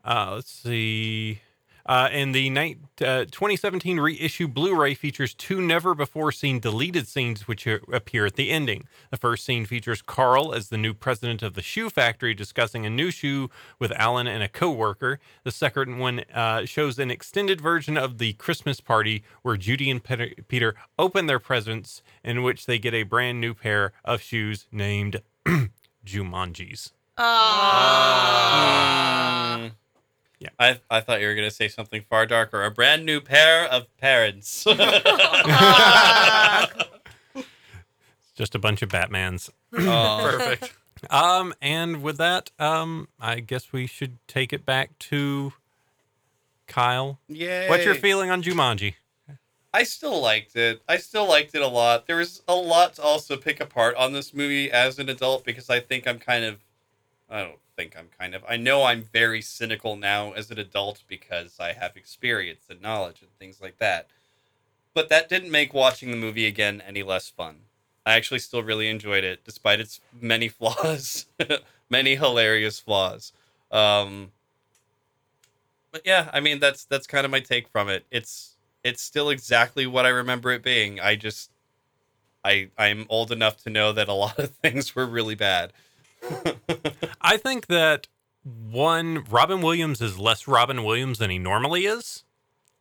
Speaker 2: Uh, let's see. Uh, and the night, uh, 2017 reissue Blu-ray features two never-before-seen deleted scenes which a- appear at the ending. The first scene features Carl as the new president of the shoe factory discussing a new shoe with Alan and a co-worker. The second one uh, shows an extended version of the Christmas party where Judy and Peter, Peter open their presents, in which they get a brand new pair of shoes named Jumanjis.
Speaker 3: Ah.
Speaker 5: Mm.
Speaker 2: Yeah.
Speaker 5: I, I thought you were going to say something far darker. A brand new pair of parents.
Speaker 3: Ah.
Speaker 2: It's just a bunch of Batmans.
Speaker 5: Oh.
Speaker 4: Perfect.
Speaker 2: Um, and with that, um, I guess we should take it back to Kyle.
Speaker 5: Yay.
Speaker 2: What's your feeling on Jumanji?
Speaker 5: I still liked it. I still liked it a lot. There was a lot to also pick apart on this movie as an adult because I think I'm kind of I don't think I'm kind of I know I'm very cynical now as an adult because I have experience and knowledge and things like that. But that didn't make watching the movie again any less fun. I actually still really enjoyed it despite its many flaws, many hilarious flaws. Um but yeah, I mean that's that's kind of my take from it. It's it's still exactly what I remember it being. I just I I'm old enough to know that a lot of things were really bad.
Speaker 2: I think that one, Robin Williams is less Robin Williams than he normally is.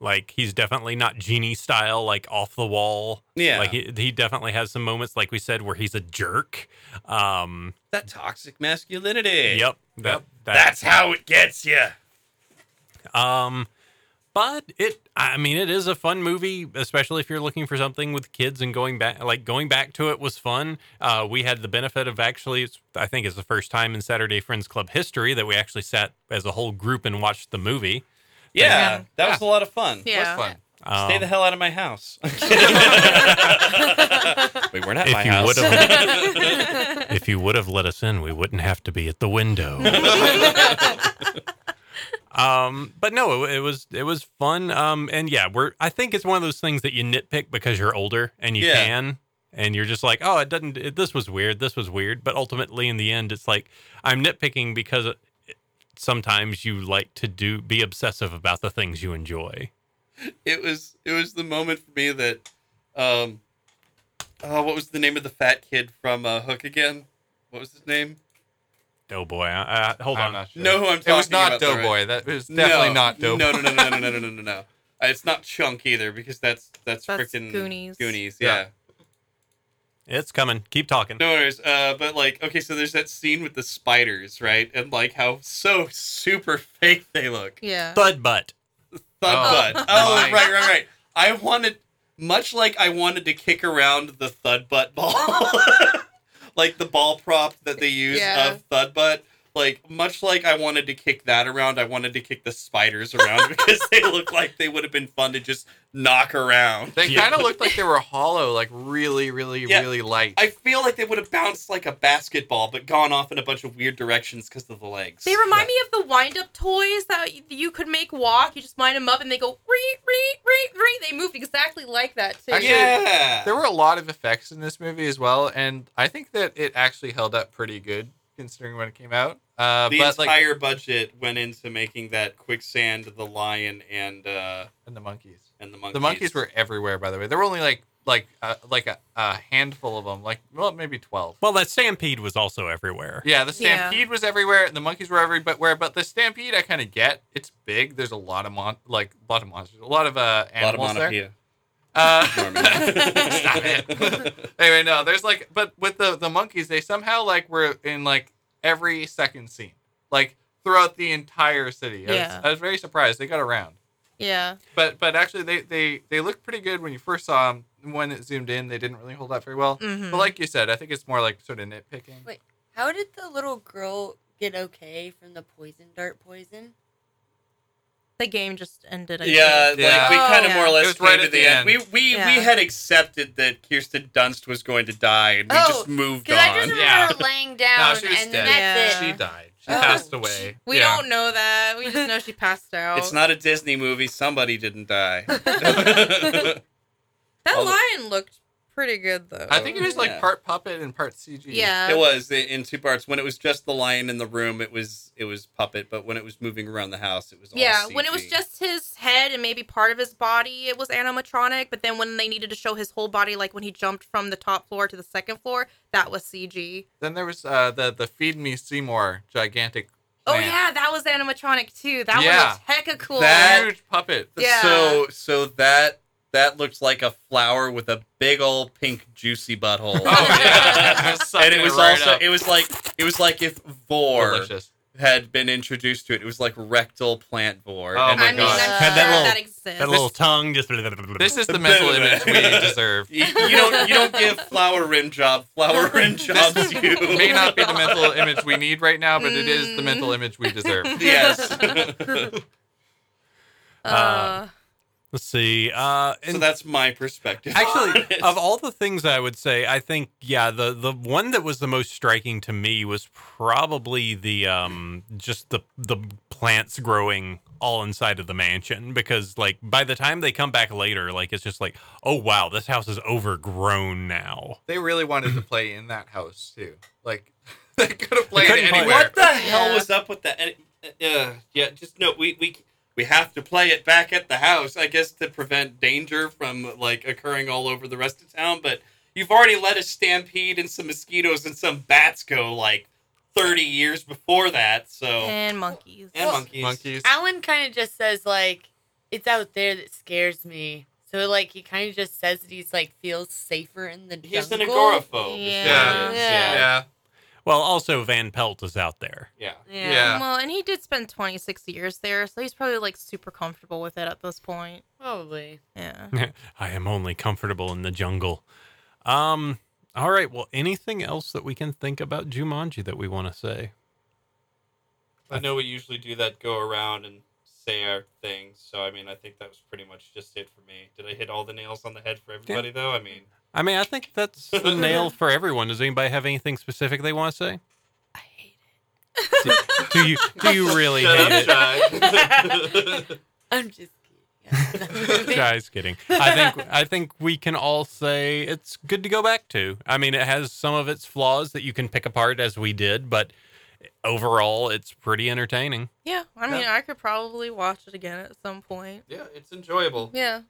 Speaker 2: Like he's definitely not genie style, like off the wall.
Speaker 5: Yeah.
Speaker 2: Like he, he definitely has some moments, like we said, where he's a jerk. Um,
Speaker 5: That toxic masculinity.
Speaker 2: yep. That, that-
Speaker 5: That's how it gets you.
Speaker 2: Um, but it, I mean, it is a fun movie, especially if you're looking for something with kids and going back, like going back to it was fun. Uh, we had the benefit of actually, it's, I think it's the first time in Saturday Friends Club history that we actually sat as a whole group and watched the movie.
Speaker 5: Yeah,
Speaker 3: Yeah.
Speaker 5: that was a lot of fun.
Speaker 4: That's
Speaker 3: yeah.
Speaker 4: fun.
Speaker 2: Um,
Speaker 5: Stay the hell out of my house. we weren't at
Speaker 2: If
Speaker 5: my
Speaker 2: you
Speaker 5: house.
Speaker 2: would've- if you would have let us in, we wouldn't have to be at the window. um, but no, it, it was it was fun. Um, and yeah, we're I think it's one of those things that you nitpick because you're older and you
Speaker 5: Yeah.
Speaker 2: can, and you're just like, oh, it doesn't. It, this was weird. This was weird. But ultimately, in the end, it's like I'm nitpicking because it- sometimes you like to do be obsessive about the things you enjoy.
Speaker 5: it was it was the moment for me that um oh what was the name of the fat kid from uh, Hook again? What was his name?
Speaker 2: Oh boy, uh, hold
Speaker 4: I'm
Speaker 2: on.
Speaker 4: not sure.
Speaker 5: Know who I'm talking
Speaker 4: It was not
Speaker 5: about, though, right?
Speaker 4: Doughboy. That was definitely
Speaker 5: No.
Speaker 4: not Doughboy.
Speaker 5: No, no, no, no, no, no, no, no, no, no. Uh, It's not Chunk either because that's that's,
Speaker 3: That's
Speaker 5: freaking
Speaker 3: Goonies.
Speaker 5: Goonies, yeah.
Speaker 4: Yeah.
Speaker 2: It's coming. Keep talking.
Speaker 5: No worries. Uh, but like, okay, so there's that scene with the spiders, right? And like how so super fake they look.
Speaker 3: Yeah.
Speaker 2: Thud butt.
Speaker 5: Thug
Speaker 4: Oh,
Speaker 5: butt. Oh,
Speaker 4: my.
Speaker 5: right, right, right. I wanted much like I wanted to kick around the thud butt ball, like the ball prop that they use
Speaker 3: Yeah.
Speaker 5: of thud butt. Like much like I wanted to kick that around, I wanted to kick the spiders around because they look like they would have been fun to just knock around.
Speaker 4: They
Speaker 2: Yeah.
Speaker 4: kind of looked like they were hollow, like really, really,
Speaker 5: Yeah.
Speaker 4: really light.
Speaker 5: I feel like they would have bounced like a basketball, but gone off in a bunch of weird directions because of the legs.
Speaker 3: They remind me of the wind-up toys that y- you could make walk. You just wind them up and they go ree ree ree ree. They moved exactly like that too.
Speaker 4: Actually,
Speaker 5: Yeah.
Speaker 4: There were a lot of effects in this movie as well, and I think that it actually held up pretty good considering when it came out. Uh,
Speaker 5: the
Speaker 4: but like
Speaker 5: entire budget went into making that quicksand, the lion, and uh,
Speaker 4: and the monkeys.
Speaker 5: and the monkeys.
Speaker 4: The monkeys were everywhere, by the way. There were only like like uh, like a, a handful of them, like well maybe twelve.
Speaker 2: Well, that stampede was also everywhere.
Speaker 4: Yeah, the
Speaker 3: Yeah.
Speaker 4: stampede was everywhere, and the monkeys were everywhere. But the stampede, I kind of get. It's big. There's a lot of mon- like a lot of monsters, a lot of uh,
Speaker 5: a lot of
Speaker 4: animals there.
Speaker 5: monopoeia.
Speaker 4: Uh,
Speaker 5: Norman.
Speaker 4: Stop it. anyway, no, there's like, but with the the monkeys, they somehow like were in like every second scene, like throughout the entire city. I was,
Speaker 3: Yeah.
Speaker 4: I was very surprised they got around.
Speaker 3: Yeah.
Speaker 4: But but actually, they they they looked pretty good when you first saw them. When it zoomed in, they didn't really hold up very well.
Speaker 3: Mhm.
Speaker 5: Mm-hmm.
Speaker 4: But like you said, I think it's more like sort of nitpicking.
Speaker 6: Wait. How did the little girl get okay from the poison dart poison?
Speaker 3: The game just ended. I
Speaker 5: Yeah,
Speaker 3: think.
Speaker 5: like we
Speaker 4: Yeah.
Speaker 5: kind of
Speaker 3: Oh,
Speaker 5: more or
Speaker 3: yeah.
Speaker 5: less
Speaker 4: It was right
Speaker 5: came to
Speaker 4: at the end.
Speaker 5: We we
Speaker 3: Yeah.
Speaker 5: we had accepted that Kirsten Dunst was going to die, and we
Speaker 6: Oh,
Speaker 5: just moved on.
Speaker 6: Because I just remember
Speaker 4: Yeah.
Speaker 6: her laying down,
Speaker 4: No, she was
Speaker 6: and
Speaker 4: dead.
Speaker 6: that's
Speaker 3: Yeah.
Speaker 6: it.
Speaker 4: She died. She
Speaker 6: Oh.
Speaker 4: passed away.
Speaker 3: We
Speaker 4: Yeah.
Speaker 3: don't know that. We just know she passed out.
Speaker 5: It's not a Disney movie. Somebody didn't die.
Speaker 3: that
Speaker 5: all the-
Speaker 3: lion looked pretty good though.
Speaker 4: I think it was like
Speaker 5: Yeah.
Speaker 4: part puppet and part CG.
Speaker 3: Yeah.
Speaker 5: it was i- in two parts. When it was just the lion in the room, it was it was puppet. But when it was moving around the house, it was all
Speaker 3: Yeah, when it was
Speaker 5: CG.
Speaker 3: just his head and maybe part of his body, it was animatronic. But then when they needed to show his whole body, like when he jumped from the top floor to the second floor, that was CG.
Speaker 4: Then there was uh, the the Feed Me Seymour gigantic.
Speaker 3: Oh
Speaker 4: plant.
Speaker 3: yeah, that was animatronic too. That
Speaker 4: Yeah. oh
Speaker 3: one was hecka cool.
Speaker 5: That-
Speaker 4: huge puppet.
Speaker 3: Yeah.
Speaker 5: So so that that looked like a flower with a big old pink juicy butthole.
Speaker 4: Oh yeah, Just sucking
Speaker 5: and it was
Speaker 4: right
Speaker 5: also
Speaker 4: up.
Speaker 5: it was like it was like if vor
Speaker 4: delicious.
Speaker 5: had been introduced to it. It was like rectal plant vor.
Speaker 4: Oh
Speaker 5: and
Speaker 4: my
Speaker 3: I mean,
Speaker 4: God.
Speaker 3: I'm sure
Speaker 6: Had that
Speaker 3: that,
Speaker 2: little-
Speaker 3: exists.
Speaker 2: That little tongue just.
Speaker 4: This is the mental image we deserve.
Speaker 5: You, you don't you don't give flower rim job. Flower rim jobs you.
Speaker 4: May not be the mental image we need right now, but it is the mental image we deserve.
Speaker 5: Yes.
Speaker 3: uh,
Speaker 2: Uh, Let's see. Uh,
Speaker 5: so
Speaker 2: and
Speaker 5: that's my perspective.
Speaker 2: Actually, of all the things I would say, I think yeah, the the one that was the most striking to me was probably the um just the the plants growing all inside of the mansion because like by the time they come back later, like it's just like oh wow, this house is overgrown now.
Speaker 4: They really wanted to play in that house too. Like they could have played
Speaker 2: couldn't play.
Speaker 4: anywhere.
Speaker 5: what the hell
Speaker 6: Yeah.
Speaker 5: was up with that? And- Uh, yeah, just no. We we we have to play it back at the house, I guess, to prevent danger from like occurring all over the rest of town. But you've already let a stampede and some mosquitoes and some bats go like thirty years before that. So
Speaker 3: and monkeys.
Speaker 5: and monkeys.
Speaker 4: Monkeys.
Speaker 6: Alan kind of just says like, "It's out there that scares me." So like he kind of just says that he's like feels safer in the
Speaker 5: He's an
Speaker 6: jungle.
Speaker 5: agoraphobe. is what
Speaker 6: Yeah.
Speaker 5: it is.
Speaker 6: Yeah.
Speaker 4: Yeah.
Speaker 2: Well, also Van Pelt is out there.
Speaker 5: Yeah.
Speaker 4: Yeah.
Speaker 3: Well, and he did spend 26 years there, so he's probably like super comfortable with it at this point.
Speaker 6: probably.
Speaker 3: Yeah.
Speaker 2: I am only comfortable in the jungle. Um. All right. Well, anything else that we can think about Jumanji that we want to say?
Speaker 5: I know we usually do that go around and say our things. So I mean, I think that was pretty much just it for me. Did I hit all the nails on the head for everybody though? I mean,
Speaker 2: I mean, I think that's the nail for everyone. Does anybody have anything specific they want to say?
Speaker 6: I hate it.
Speaker 2: Do you do you really hate it?
Speaker 6: I'm just kidding.
Speaker 2: Guys, kidding. I think I think we can all say it's good to go back to. I mean, it has some of its flaws that you can pick apart as we did, but overall, it's pretty entertaining.
Speaker 3: Yeah. I mean, I could probably watch it again at some point.
Speaker 5: yeah, it's enjoyable.
Speaker 3: Yeah.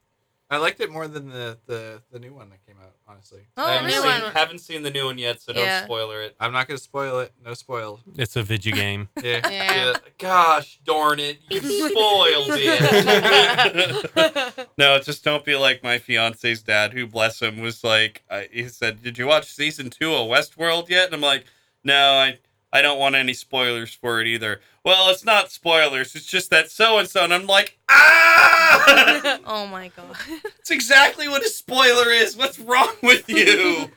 Speaker 4: I liked it more than the, the, the new one that came out, honestly.
Speaker 3: Oh,
Speaker 5: I
Speaker 6: the
Speaker 5: haven't,
Speaker 6: new
Speaker 5: seen,
Speaker 6: one.
Speaker 5: haven't seen the new one yet, so
Speaker 3: Yeah.
Speaker 5: don't spoiler it.
Speaker 4: I'm not gonna spoil it. No spoil.
Speaker 2: It's a video game.
Speaker 4: Yeah.
Speaker 6: Yeah.
Speaker 5: Gosh darn it, you spoiled it. no, just don't be like my fiance's dad, who bless him was like, I, he said, "Did you watch season two of Westworld yet?" And I'm like, "No, I." I don't want any spoilers for it either. Well, it's not spoilers. It's just that so and so, and I'm like, ah!
Speaker 3: Oh my god.
Speaker 5: It's exactly what a spoiler is. What's wrong with you?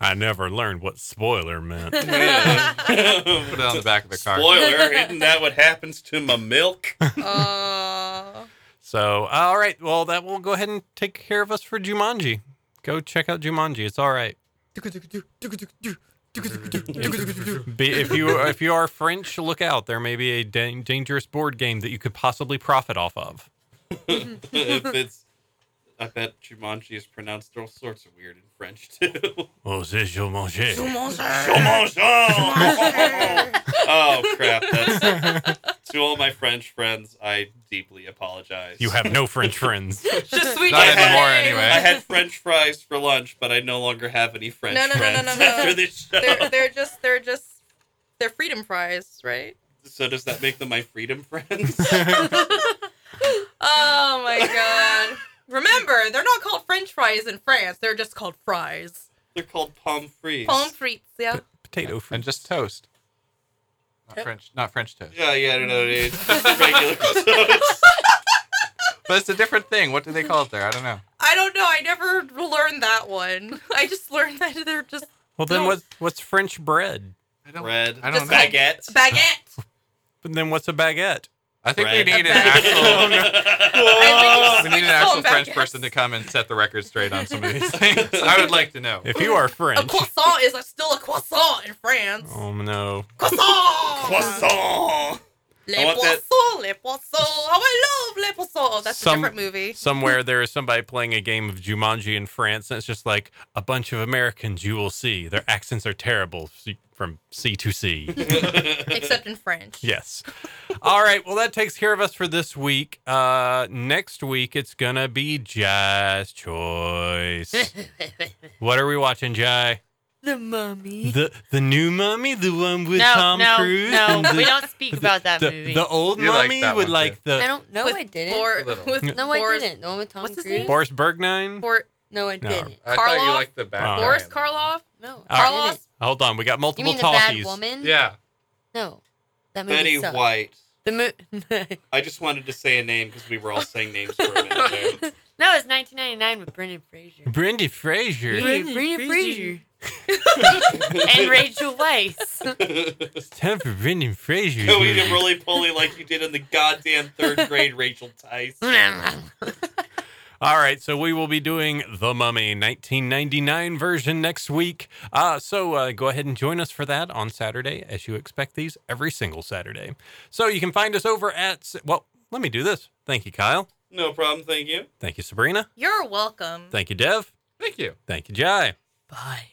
Speaker 2: I never learned what spoiler meant.
Speaker 4: Put it on the back of the car.
Speaker 5: Spoiler, isn't that what happens to my milk?
Speaker 3: Uh,
Speaker 2: So, all right. Well, that will go ahead and take care of us for Jumanji. Go check out Jumanji. It's all right. Be, if you if you are French, look out. There may be a dan- dangerous board game that you could possibly profit off of.
Speaker 5: if it's, I bet Jumanji is pronounced all sorts of weird in French too.
Speaker 2: Oh, c'est Jumanji.
Speaker 5: oh crap! That's to all my French friends. I deeply apologize.
Speaker 2: You have no French friends.
Speaker 3: just sweet.
Speaker 4: Not
Speaker 5: I had-
Speaker 4: anymore, anyway.
Speaker 5: I had French fries for lunch, but I no longer have any French
Speaker 3: No, no, no, no,
Speaker 5: friends
Speaker 3: no, no.
Speaker 5: after this show.
Speaker 3: They're, they're just they're just they're freedom fries, right?
Speaker 5: So does that make them my freedom friends?
Speaker 3: Oh my god. Remember, they're not called French fries in France. They're just called fries.
Speaker 5: They're called palm fries.
Speaker 3: Palm frites, yeah.
Speaker 2: Potato fruit.
Speaker 4: And just toast. Not French not French toast.
Speaker 5: Yeah, yeah, I don't know, dude. Just regular toast.
Speaker 4: But it's a different thing. What do they call it there? I don't know.
Speaker 3: I don't know. I never learned that one. I just learned that they're just
Speaker 2: well, then what, what's French bread?
Speaker 4: I don't
Speaker 5: Bread.
Speaker 4: I don't
Speaker 3: know.
Speaker 5: baguette.
Speaker 3: baguette.
Speaker 2: And then what's a baguette?
Speaker 4: I think
Speaker 5: Right.
Speaker 4: we need an
Speaker 3: Oh,
Speaker 4: actual.
Speaker 3: I
Speaker 4: We
Speaker 3: think
Speaker 4: need an
Speaker 3: it's all
Speaker 4: actual
Speaker 3: back
Speaker 4: French
Speaker 3: ass.
Speaker 4: person to come and set the record straight on some of these things. I would like to know.
Speaker 2: If you are
Speaker 3: A
Speaker 2: French.
Speaker 3: croissant is a, still a croissant in France.
Speaker 2: Oh no.
Speaker 3: Croissant!
Speaker 5: Croissant.
Speaker 3: Les
Speaker 5: I want
Speaker 3: poissons,
Speaker 5: that-
Speaker 3: les poissons. Oh, I love les poissons. That's
Speaker 2: Some-
Speaker 3: a different movie.
Speaker 2: Somewhere there is somebody playing a game of Jumanji in France, and it's just like a bunch of Americans you will see. Their accents are terrible C- from C to C.
Speaker 3: Except in French.
Speaker 2: Yes. All right. Well, that takes care of us for this week. Uh, next week, it's going to be Jai's choice. what are we watching, Jai?
Speaker 6: the mummy.
Speaker 2: The the new mummy, the one with
Speaker 6: no,
Speaker 2: Tom
Speaker 6: no,
Speaker 2: Cruise?
Speaker 6: no.
Speaker 2: and the,
Speaker 6: we don't speak about that
Speaker 2: the,
Speaker 6: movie.
Speaker 2: the old
Speaker 4: You like
Speaker 2: mummy
Speaker 4: that
Speaker 2: with
Speaker 4: one,
Speaker 2: like
Speaker 6: I
Speaker 2: the
Speaker 6: don't know.
Speaker 3: With
Speaker 6: I didn't.
Speaker 3: Bor-
Speaker 4: A little.
Speaker 3: with
Speaker 6: no,
Speaker 3: Boris,
Speaker 6: I didn't. The one with Tom
Speaker 3: What's his
Speaker 6: Cruise.
Speaker 3: name?
Speaker 2: Boris Bergnine?
Speaker 3: Bor-
Speaker 6: No, I
Speaker 2: No.
Speaker 6: didn't.
Speaker 4: I thought you
Speaker 3: Carloff?
Speaker 4: liked the back.
Speaker 2: Uh,
Speaker 3: Boris
Speaker 4: end.
Speaker 3: Carlov?
Speaker 6: No, I
Speaker 2: Carlos?
Speaker 6: didn't.
Speaker 2: Hold on. We got
Speaker 6: You
Speaker 2: multiple
Speaker 6: mean the
Speaker 2: talkies.
Speaker 6: bad woman?
Speaker 4: Yeah.
Speaker 6: No, that movie
Speaker 7: Betty
Speaker 6: sucked.
Speaker 7: White.
Speaker 6: The mo-
Speaker 7: I just wanted to say a name because we were all saying names for a minute there.
Speaker 6: No, it's 1999 with Brendan Fraser.
Speaker 2: Brendan Fraser.
Speaker 6: Brendan, Fraser. and Rachel Weisz.
Speaker 2: It's time for Brendan Fraser.
Speaker 7: Going to really pulley like you did in the goddamn third grade Rachel Tice.
Speaker 2: All right, so we will be doing The Mummy 1999 version next week. Uh, so uh, go ahead and join us for that on Saturday, as you expect these every single Saturday. So you can find us over at, well, let me do this. Thank you, Kyle.
Speaker 7: No problem, thank you.
Speaker 2: Thank you, Sabrina.
Speaker 3: You're welcome.
Speaker 2: Thank you, Dev.
Speaker 4: Thank you.
Speaker 2: Thank you, Jai.
Speaker 6: Bye.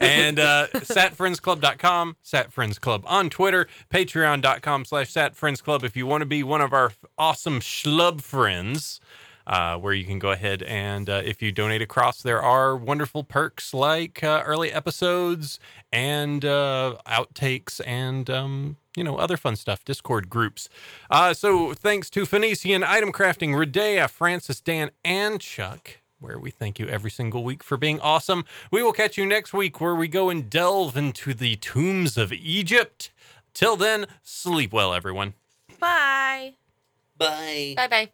Speaker 2: and uh, satfriendsclub.com, satfriendsclub on Twitter, patreon.com slash satfriendsclub if you want to be one of our awesome schlub friends, uh, where you can go ahead and uh, if you donate across, there are wonderful perks like uh, early episodes and uh, outtakes and, um, you know, other fun stuff, Discord groups. Uh, so thanks to Phoenician Item Crafting, Redea, Francis, Dan, and Chuck, where we thank you every single week for being awesome. We will catch you next week where we go and delve into the tombs of Egypt. Till then, sleep well, everyone.
Speaker 3: Bye.
Speaker 7: Bye.
Speaker 6: Bye bye.